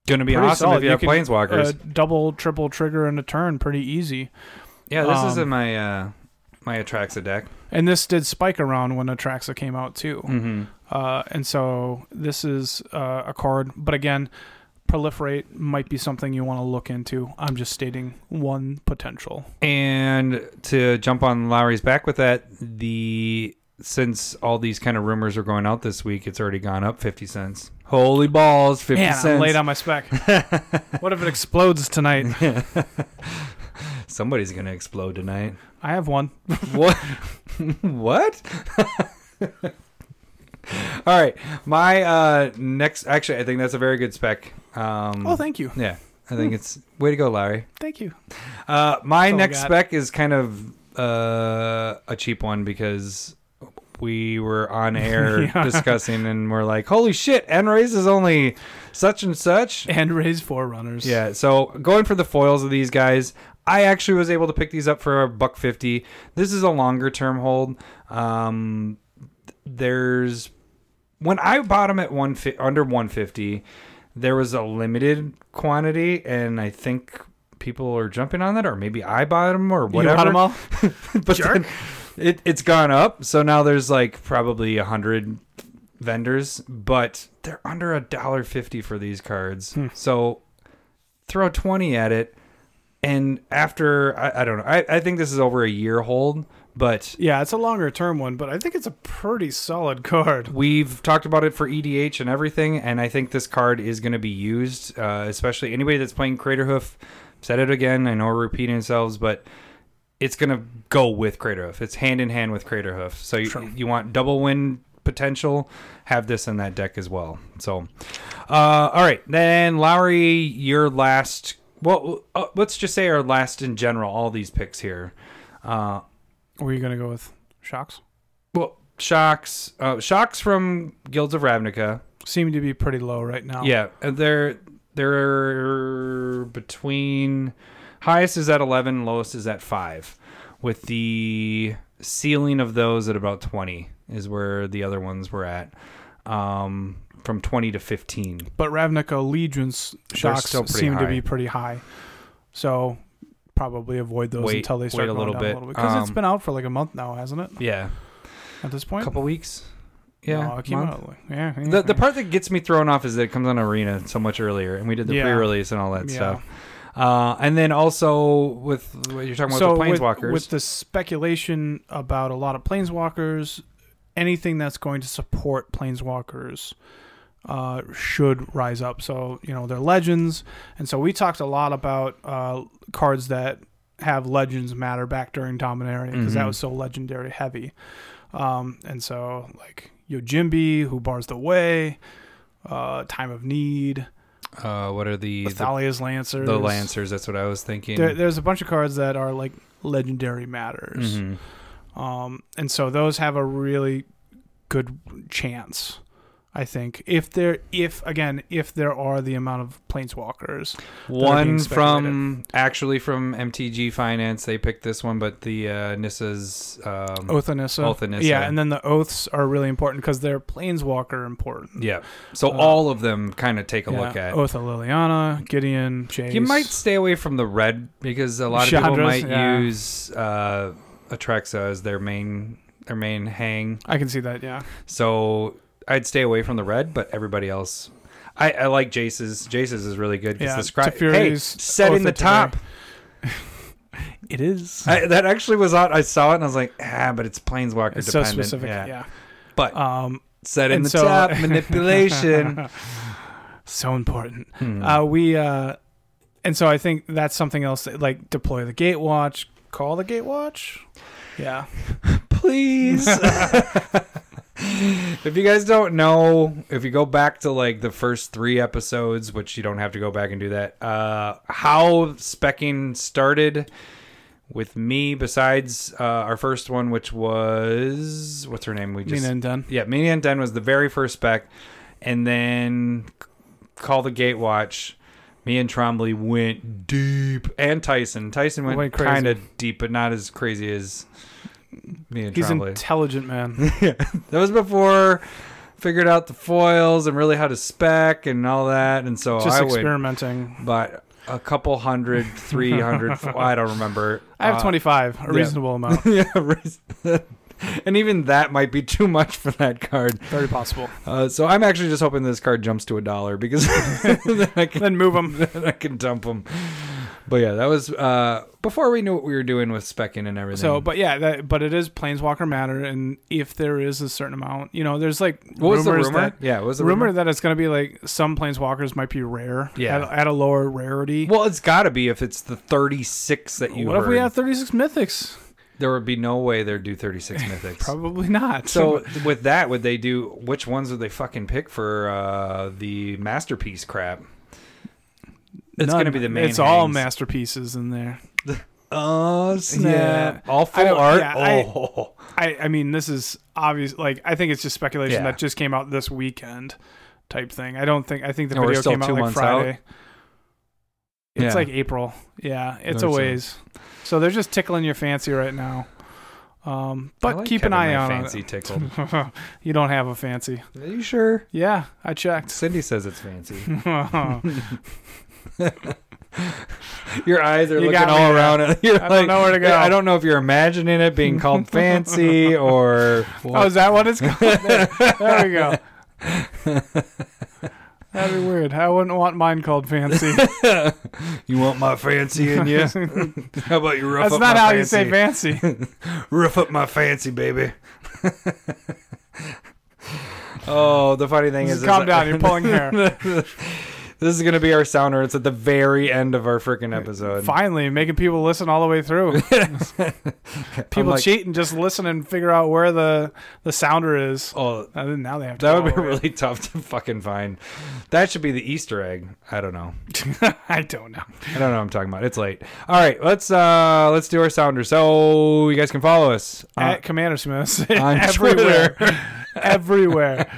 [SPEAKER 2] going to be
[SPEAKER 1] Pretty
[SPEAKER 2] awesome
[SPEAKER 1] solid.
[SPEAKER 2] if you,
[SPEAKER 1] You
[SPEAKER 2] have
[SPEAKER 1] can,
[SPEAKER 2] planeswalkers.
[SPEAKER 1] Uh, double, triple trigger and a turn, pretty easy.
[SPEAKER 2] yeah, this is
[SPEAKER 1] um,
[SPEAKER 2] in my uh, my Atraxa deck.
[SPEAKER 1] And this did spike around when Atraxa came out too.
[SPEAKER 2] Mm-hmm.
[SPEAKER 1] Uh, and so this is uh, a card, but again, proliferate might be something you want to look into. I'm just stating one potential.
[SPEAKER 2] And to jump on Lowry's back with that, the since all these kind of rumors are going out this week, it's already gone up fifty cents. Holy balls, fifty
[SPEAKER 1] Man,
[SPEAKER 2] cents.
[SPEAKER 1] I'm late on my spec. what if it explodes tonight?
[SPEAKER 2] Somebody's gonna explode tonight.
[SPEAKER 1] I have one.
[SPEAKER 2] what? what? All right, my uh, next. Actually, I think that's a very good spec. Um,
[SPEAKER 1] Oh, thank you,
[SPEAKER 2] yeah, I think it's way to go, Larry.
[SPEAKER 1] thank you.
[SPEAKER 2] Uh,
[SPEAKER 1] That's
[SPEAKER 2] my
[SPEAKER 1] all I
[SPEAKER 2] next
[SPEAKER 1] got.
[SPEAKER 2] spec is kind of uh, a cheap one because we were on air
[SPEAKER 1] Yeah.
[SPEAKER 2] discussing and we're like, holy shit, Enrays is only such and such.
[SPEAKER 1] And raise forerunners.
[SPEAKER 2] Yeah, so going for the foils of these guys, I actually was able to pick these up for a buck fifty. This is a longer term hold. Um, there's when I bought them at one fi- under one fifty, there was a limited quantity, and I think people are jumping on that, or maybe I bought them or
[SPEAKER 1] You
[SPEAKER 2] whatever
[SPEAKER 1] got 'em all?
[SPEAKER 2] but then it, it's gone up so now there's like probably a hundred vendors but they're under a dollar fifty for these cards
[SPEAKER 1] Hmm.
[SPEAKER 2] so throw 20 at it and after i, I don't know I, I think this is over a year hold but
[SPEAKER 1] Yeah, it's a longer term one, but I think it's a pretty solid card.
[SPEAKER 2] We've talked about it for EDH and everything, and I think this card is going to be used, uh, especially anybody that's playing Craterhoof. Said it again. I know we're repeating ourselves, but it's going to go with Craterhoof. It's hand in hand with Craterhoof. So you,
[SPEAKER 1] True.
[SPEAKER 2] you want double win potential? Have this in that deck as well. So, uh, all right, then Lowry, your last. Well, uh, let's just say our last in general. All these picks here. Uh,
[SPEAKER 1] Were you gonna go with shocks?
[SPEAKER 2] well, shocks, uh, shocks from Guilds of Ravnica.
[SPEAKER 1] Seem to be pretty low right now.
[SPEAKER 2] Yeah, uh, they're they're between highest is at 11, lowest is at 5 with the ceiling of those at about 20 is where the other ones were at. Um from 20 to 15.
[SPEAKER 1] But Ravnica Legion's shocks
[SPEAKER 2] still pretty
[SPEAKER 1] seem to
[SPEAKER 2] high.
[SPEAKER 1] be pretty high. So probably avoid those
[SPEAKER 2] Wait-
[SPEAKER 1] until they
[SPEAKER 2] wait
[SPEAKER 1] start
[SPEAKER 2] a
[SPEAKER 1] going
[SPEAKER 2] little
[SPEAKER 1] down
[SPEAKER 2] bit.
[SPEAKER 1] a little bit. Because it's
[SPEAKER 2] Um,
[SPEAKER 1] been out for like a month now, hasn't it?
[SPEAKER 2] Yeah.
[SPEAKER 1] At this
[SPEAKER 2] A
[SPEAKER 1] point?
[SPEAKER 2] couple weeks.
[SPEAKER 1] No,
[SPEAKER 2] Yeah.
[SPEAKER 1] it came
[SPEAKER 2] month.
[SPEAKER 1] out like- yeah, yeah,
[SPEAKER 2] The, the
[SPEAKER 1] yeah.
[SPEAKER 2] part that gets me thrown off is that it comes on Arena so much earlier, and we did the
[SPEAKER 1] Yeah.
[SPEAKER 2] pre-release and all that
[SPEAKER 1] Yeah.
[SPEAKER 2] stuff. Uh, and then also with what you're talking about
[SPEAKER 1] so
[SPEAKER 2] the
[SPEAKER 1] with,
[SPEAKER 2] planeswalkers,
[SPEAKER 1] with the speculation about a lot of planeswalkers, anything that's going to support planeswalkers uh, should rise up. So you know they're legends, and so we talked a lot about uh, cards that have legends matter back during Dominaria because that
[SPEAKER 2] Mhm.
[SPEAKER 1] was so legendary heavy, um, and so like Yojimbi who bars the way, uh, Time of Need,
[SPEAKER 2] uh, what are the, the
[SPEAKER 1] Athalia's Lancers,
[SPEAKER 2] The Lancers. That's what I was thinking.
[SPEAKER 1] There, there's a bunch of cards that are like legendary matters.
[SPEAKER 2] Mhm.
[SPEAKER 1] Um, and so those have a really good chance, I think. If there, if again, if there are the amount of planeswalkers,
[SPEAKER 2] One
[SPEAKER 1] speculated.
[SPEAKER 2] from actually from MTG Finance. They picked this one, but the uh, Nissa's um,
[SPEAKER 1] Oath Anissa,
[SPEAKER 2] Oath Anissa.
[SPEAKER 1] yeah, and then the oaths are really important because they're planeswalker important.
[SPEAKER 2] yeah. So
[SPEAKER 1] Uh,
[SPEAKER 2] all of them kind of take a look at.
[SPEAKER 1] Oath of Liliana, Gideon, Chase.
[SPEAKER 2] You might stay away from the red because a lot of people
[SPEAKER 1] Chandra's,
[SPEAKER 2] might
[SPEAKER 1] yeah.
[SPEAKER 2] use uh, Atrexa as their main their main hang.
[SPEAKER 1] I can see that. Yeah,
[SPEAKER 2] So I'd stay away from the red, but everybody else. I, I like Jace's. Jace's is really good because
[SPEAKER 1] Yeah,
[SPEAKER 2] the scribe. Hey,
[SPEAKER 1] Teferi's Oath
[SPEAKER 2] setting
[SPEAKER 1] of
[SPEAKER 2] the top.
[SPEAKER 1] it is.
[SPEAKER 2] I, that actually was out. I saw it and I was like, ah, but it's planeswalker
[SPEAKER 1] it's so
[SPEAKER 2] dependent.
[SPEAKER 1] specific.
[SPEAKER 2] Yeah.
[SPEAKER 1] Yeah.
[SPEAKER 2] But
[SPEAKER 1] Um.
[SPEAKER 2] set in
[SPEAKER 1] and
[SPEAKER 2] the
[SPEAKER 1] so-
[SPEAKER 2] top manipulation.
[SPEAKER 1] so important.
[SPEAKER 2] Hmm.
[SPEAKER 1] Uh, we uh, and so I think that's something else. that, Like deploy the gate watch, call the gate watch. Yeah,
[SPEAKER 2] Please. if you guys don't know, if you go back to like the first three episodes, which you don't have to go back and do that, uh, how specking started with me, besides uh, our first one, which was what's her name? We just
[SPEAKER 1] Nina and done.
[SPEAKER 2] Yeah, Mania and Den was the very first spec, and then C- Call the Gate Watch. Me and Trombley went deep, and Tyson. Tyson went,
[SPEAKER 1] Went crazy.
[SPEAKER 2] kind of deep, but not as crazy as me and
[SPEAKER 1] He's
[SPEAKER 2] Trombley.
[SPEAKER 1] intelligent man.
[SPEAKER 2] that was before figured out the foils and really how to spec and all that. And so
[SPEAKER 1] Just
[SPEAKER 2] I would
[SPEAKER 1] experimenting.
[SPEAKER 2] buy a couple hundred, three hundred. I don't remember.
[SPEAKER 1] I have
[SPEAKER 2] Uh,
[SPEAKER 1] 25, a
[SPEAKER 2] yeah.
[SPEAKER 1] reasonable amount.
[SPEAKER 2] yeah, raise that. and even that might be too much for that card.
[SPEAKER 1] Very possible.
[SPEAKER 2] Uh, so I'm actually just hoping this card jumps to a dollar because then I can
[SPEAKER 1] Then move them.
[SPEAKER 2] then I can dump them. But yeah, that was uh, before we knew what we were doing with specking and everything.
[SPEAKER 1] So, but yeah, that, but it is Planeswalker matter, and if there is a certain amount, you know, there's like
[SPEAKER 2] what was the
[SPEAKER 1] rumors
[SPEAKER 2] rumor?
[SPEAKER 1] that
[SPEAKER 2] yeah, what was the
[SPEAKER 1] rumor
[SPEAKER 2] rumor?
[SPEAKER 1] that it's going to be like some planeswalkers might be rare
[SPEAKER 2] Yeah.
[SPEAKER 1] at, at a lower rarity.
[SPEAKER 2] Well, it's got to be if it's the 36 that you
[SPEAKER 1] what if we
[SPEAKER 2] heard.
[SPEAKER 1] have 36 mythics?
[SPEAKER 2] There would be no way they'd do 36 mythics.
[SPEAKER 1] Probably not.
[SPEAKER 2] So with that, would they do which ones would they fucking pick for uh, the masterpiece crap? It's
[SPEAKER 1] None.
[SPEAKER 2] gonna be the main.
[SPEAKER 1] It's all
[SPEAKER 2] hangs.
[SPEAKER 1] masterpieces in there.
[SPEAKER 2] Oh snap!
[SPEAKER 1] Yeah.
[SPEAKER 2] All
[SPEAKER 1] I
[SPEAKER 2] full
[SPEAKER 1] don't-
[SPEAKER 2] art.
[SPEAKER 1] yeah, I-
[SPEAKER 2] oh,
[SPEAKER 1] I, I mean, this is obvious. Like, I think it's just speculation
[SPEAKER 2] Yeah.
[SPEAKER 1] that just came out this weekend, type thing. I don't think. I think the
[SPEAKER 2] And we're
[SPEAKER 1] video
[SPEAKER 2] still
[SPEAKER 1] came out
[SPEAKER 2] two
[SPEAKER 1] like
[SPEAKER 2] months out?
[SPEAKER 1] Friday. It's
[SPEAKER 2] Yeah.
[SPEAKER 1] like April. Yeah, it's
[SPEAKER 2] Or
[SPEAKER 1] a
[SPEAKER 2] so.
[SPEAKER 1] ways. So they're just tickling your fancy right now. Um,
[SPEAKER 2] I
[SPEAKER 1] but
[SPEAKER 2] like
[SPEAKER 1] keep
[SPEAKER 2] having
[SPEAKER 1] an eye
[SPEAKER 2] my
[SPEAKER 1] out
[SPEAKER 2] Fancy tickled.
[SPEAKER 1] on it. you don't have a fancy.
[SPEAKER 2] Are you sure?
[SPEAKER 1] Yeah, I checked.
[SPEAKER 2] Cindy says it's fancy.
[SPEAKER 1] I
[SPEAKER 2] Your eyes are
[SPEAKER 1] You
[SPEAKER 2] looking
[SPEAKER 1] got
[SPEAKER 2] all
[SPEAKER 1] me there.
[SPEAKER 2] around. You're
[SPEAKER 1] don't
[SPEAKER 2] like,
[SPEAKER 1] know where to go.
[SPEAKER 2] I don't know if you're imagining it being called fancy or.
[SPEAKER 1] Oh, is that what it's called? There, there we go. That'd be weird. I wouldn't want mine called fancy.
[SPEAKER 2] you want my fancy in you?
[SPEAKER 1] That's
[SPEAKER 2] How about you rough
[SPEAKER 1] not
[SPEAKER 2] up my
[SPEAKER 1] how
[SPEAKER 2] fancy?
[SPEAKER 1] you say fancy.
[SPEAKER 2] rough up my fancy, baby. oh, the funny thing is,
[SPEAKER 1] Just
[SPEAKER 2] is
[SPEAKER 1] calm
[SPEAKER 2] that-
[SPEAKER 1] down. You're pulling hair.
[SPEAKER 2] this is gonna be our sounder. It's at the very end of our freaking episode.
[SPEAKER 1] Finally, making people listen all the way through. people
[SPEAKER 2] Unlike-
[SPEAKER 1] cheat and just listen and figure out where the the sounder is.
[SPEAKER 2] Oh,
[SPEAKER 1] And then now they have to.
[SPEAKER 2] that would be
[SPEAKER 1] follow it.
[SPEAKER 2] really tough to fucking find. That should be the Easter egg. I don't know.
[SPEAKER 1] I don't know.
[SPEAKER 2] I don't know what I'm talking about. It's late. All right, let's uh let's do our sounder. So you guys can follow us uh,
[SPEAKER 1] At Commander Smith.
[SPEAKER 2] on
[SPEAKER 1] everywhere.
[SPEAKER 2] Twitter.
[SPEAKER 1] everywhere.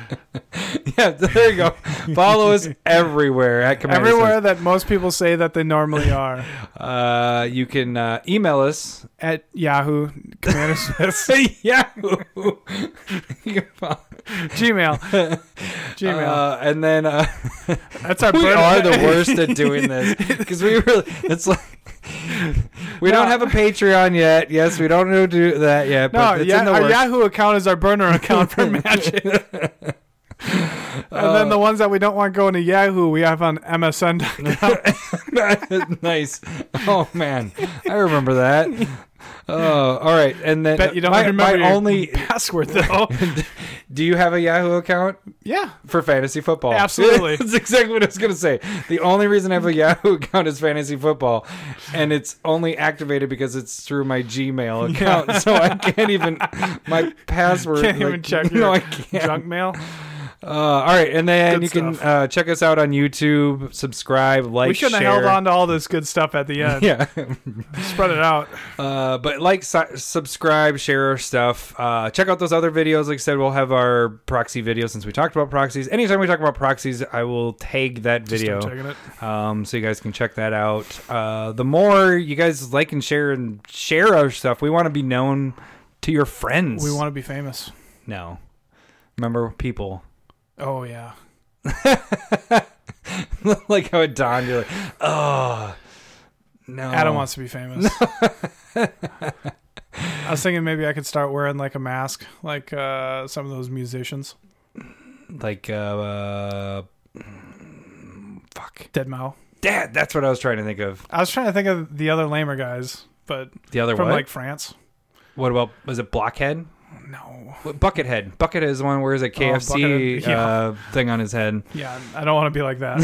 [SPEAKER 2] yeah, there you go. Follow us everywhere at Commander
[SPEAKER 1] everywhere that most people say that they normally are.
[SPEAKER 2] Smith. Uh, you can uh, email us
[SPEAKER 1] At Yahoo, Commander Smith.
[SPEAKER 2] Yahoo. you can follow,
[SPEAKER 1] Gmail. Gmail.
[SPEAKER 2] Uh, and then uh,
[SPEAKER 1] That's our
[SPEAKER 2] we
[SPEAKER 1] burn-
[SPEAKER 2] are the worst at doing this because we really it's like we don't
[SPEAKER 1] No.
[SPEAKER 2] have a Patreon yet. Yes, we don't know do that yet.
[SPEAKER 1] No,
[SPEAKER 2] but it's
[SPEAKER 1] yeah, uh,
[SPEAKER 2] in the
[SPEAKER 1] our
[SPEAKER 2] works.
[SPEAKER 1] Yahoo account is our burner account for Magic. and
[SPEAKER 2] Oh.
[SPEAKER 1] then the ones that we don't want going to Yahoo, we have on MSN.
[SPEAKER 2] nice. Oh man, I remember that. Oh, all right. And then
[SPEAKER 1] Bet you don't
[SPEAKER 2] my,
[SPEAKER 1] remember
[SPEAKER 2] my
[SPEAKER 1] your
[SPEAKER 2] only.
[SPEAKER 1] password though.
[SPEAKER 2] Do you have a Yahoo account
[SPEAKER 1] yeah,
[SPEAKER 2] for fantasy football?
[SPEAKER 1] Absolutely.
[SPEAKER 2] That's exactly what I was gonna say. The only reason I have a Yahoo account is fantasy football, and it's only activated because it's through my Gmail account. So I can't even my password.
[SPEAKER 1] Can't
[SPEAKER 2] like,
[SPEAKER 1] even check
[SPEAKER 2] No,
[SPEAKER 1] your
[SPEAKER 2] I can't.
[SPEAKER 1] junk mail.
[SPEAKER 2] Uh, all right, and then
[SPEAKER 1] Good
[SPEAKER 2] you can
[SPEAKER 1] stuff.
[SPEAKER 2] uh, check us out on YouTube. Subscribe, like,
[SPEAKER 1] we shouldn't
[SPEAKER 2] share.
[SPEAKER 1] have held on to all this good stuff at the end.
[SPEAKER 2] Yeah.
[SPEAKER 1] Spread it out.
[SPEAKER 2] Uh, but like, su- subscribe, share our stuff. Uh, check out those other videos. Like I said, we'll have our proxy video since we talked about proxies. Anytime we talk about proxies, I will tag that
[SPEAKER 1] Just
[SPEAKER 2] video.
[SPEAKER 1] don't check it.
[SPEAKER 2] Um, so you guys can check that out. Uh, the more you guys like and share and share our stuff, we want to be known to your friends.
[SPEAKER 1] We want to be famous.
[SPEAKER 2] no. Remember people.
[SPEAKER 1] Oh yeah.
[SPEAKER 2] like how it dawned, you're like, oh no.
[SPEAKER 1] Adam wants to be famous. I was thinking maybe I could start wearing like a mask, like uh, some of those musicians.
[SPEAKER 2] like uh, uh fuck.
[SPEAKER 1] Dead Mouse.
[SPEAKER 2] Dad, that's what I was trying to think of.
[SPEAKER 1] I was trying to think of the other lamer guys, but
[SPEAKER 2] The other
[SPEAKER 1] from
[SPEAKER 2] one.
[SPEAKER 1] like France.
[SPEAKER 2] what about was it Blockhead?
[SPEAKER 1] No.
[SPEAKER 2] What- Buckethead. Oh, Buckethead is the one where is a KFC
[SPEAKER 1] Buckethead. Yeah.
[SPEAKER 2] uh, thing on his head.
[SPEAKER 1] Yeah, I don't want to be like that.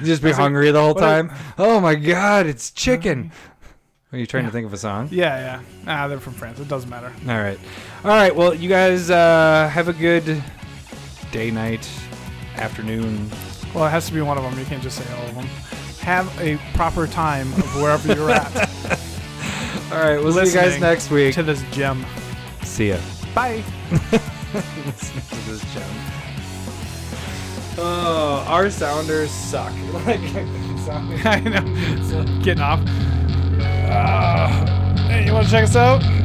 [SPEAKER 2] Just be
[SPEAKER 1] That's like-
[SPEAKER 2] hungry the whole
[SPEAKER 1] what are-
[SPEAKER 2] time. oh my god, it's chicken. Are you trying to think of a song?
[SPEAKER 1] yeah, yeah. Nah, they're from France. It doesn't matter.
[SPEAKER 2] All right. All right. Well, you guys uh, have a good day, night, afternoon.
[SPEAKER 1] Well, it has to be one of them. You can't just say all of them. Have a proper time of wherever you're at
[SPEAKER 2] All right. We'll see you guys
[SPEAKER 1] Listening
[SPEAKER 2] next week.
[SPEAKER 1] to this gem.
[SPEAKER 2] see ya.
[SPEAKER 1] Bye.
[SPEAKER 2] Listening to this gem. Oh, our sounders suck. Like, sound-
[SPEAKER 1] I know. Getting off. Ah. hey, you want to check us out?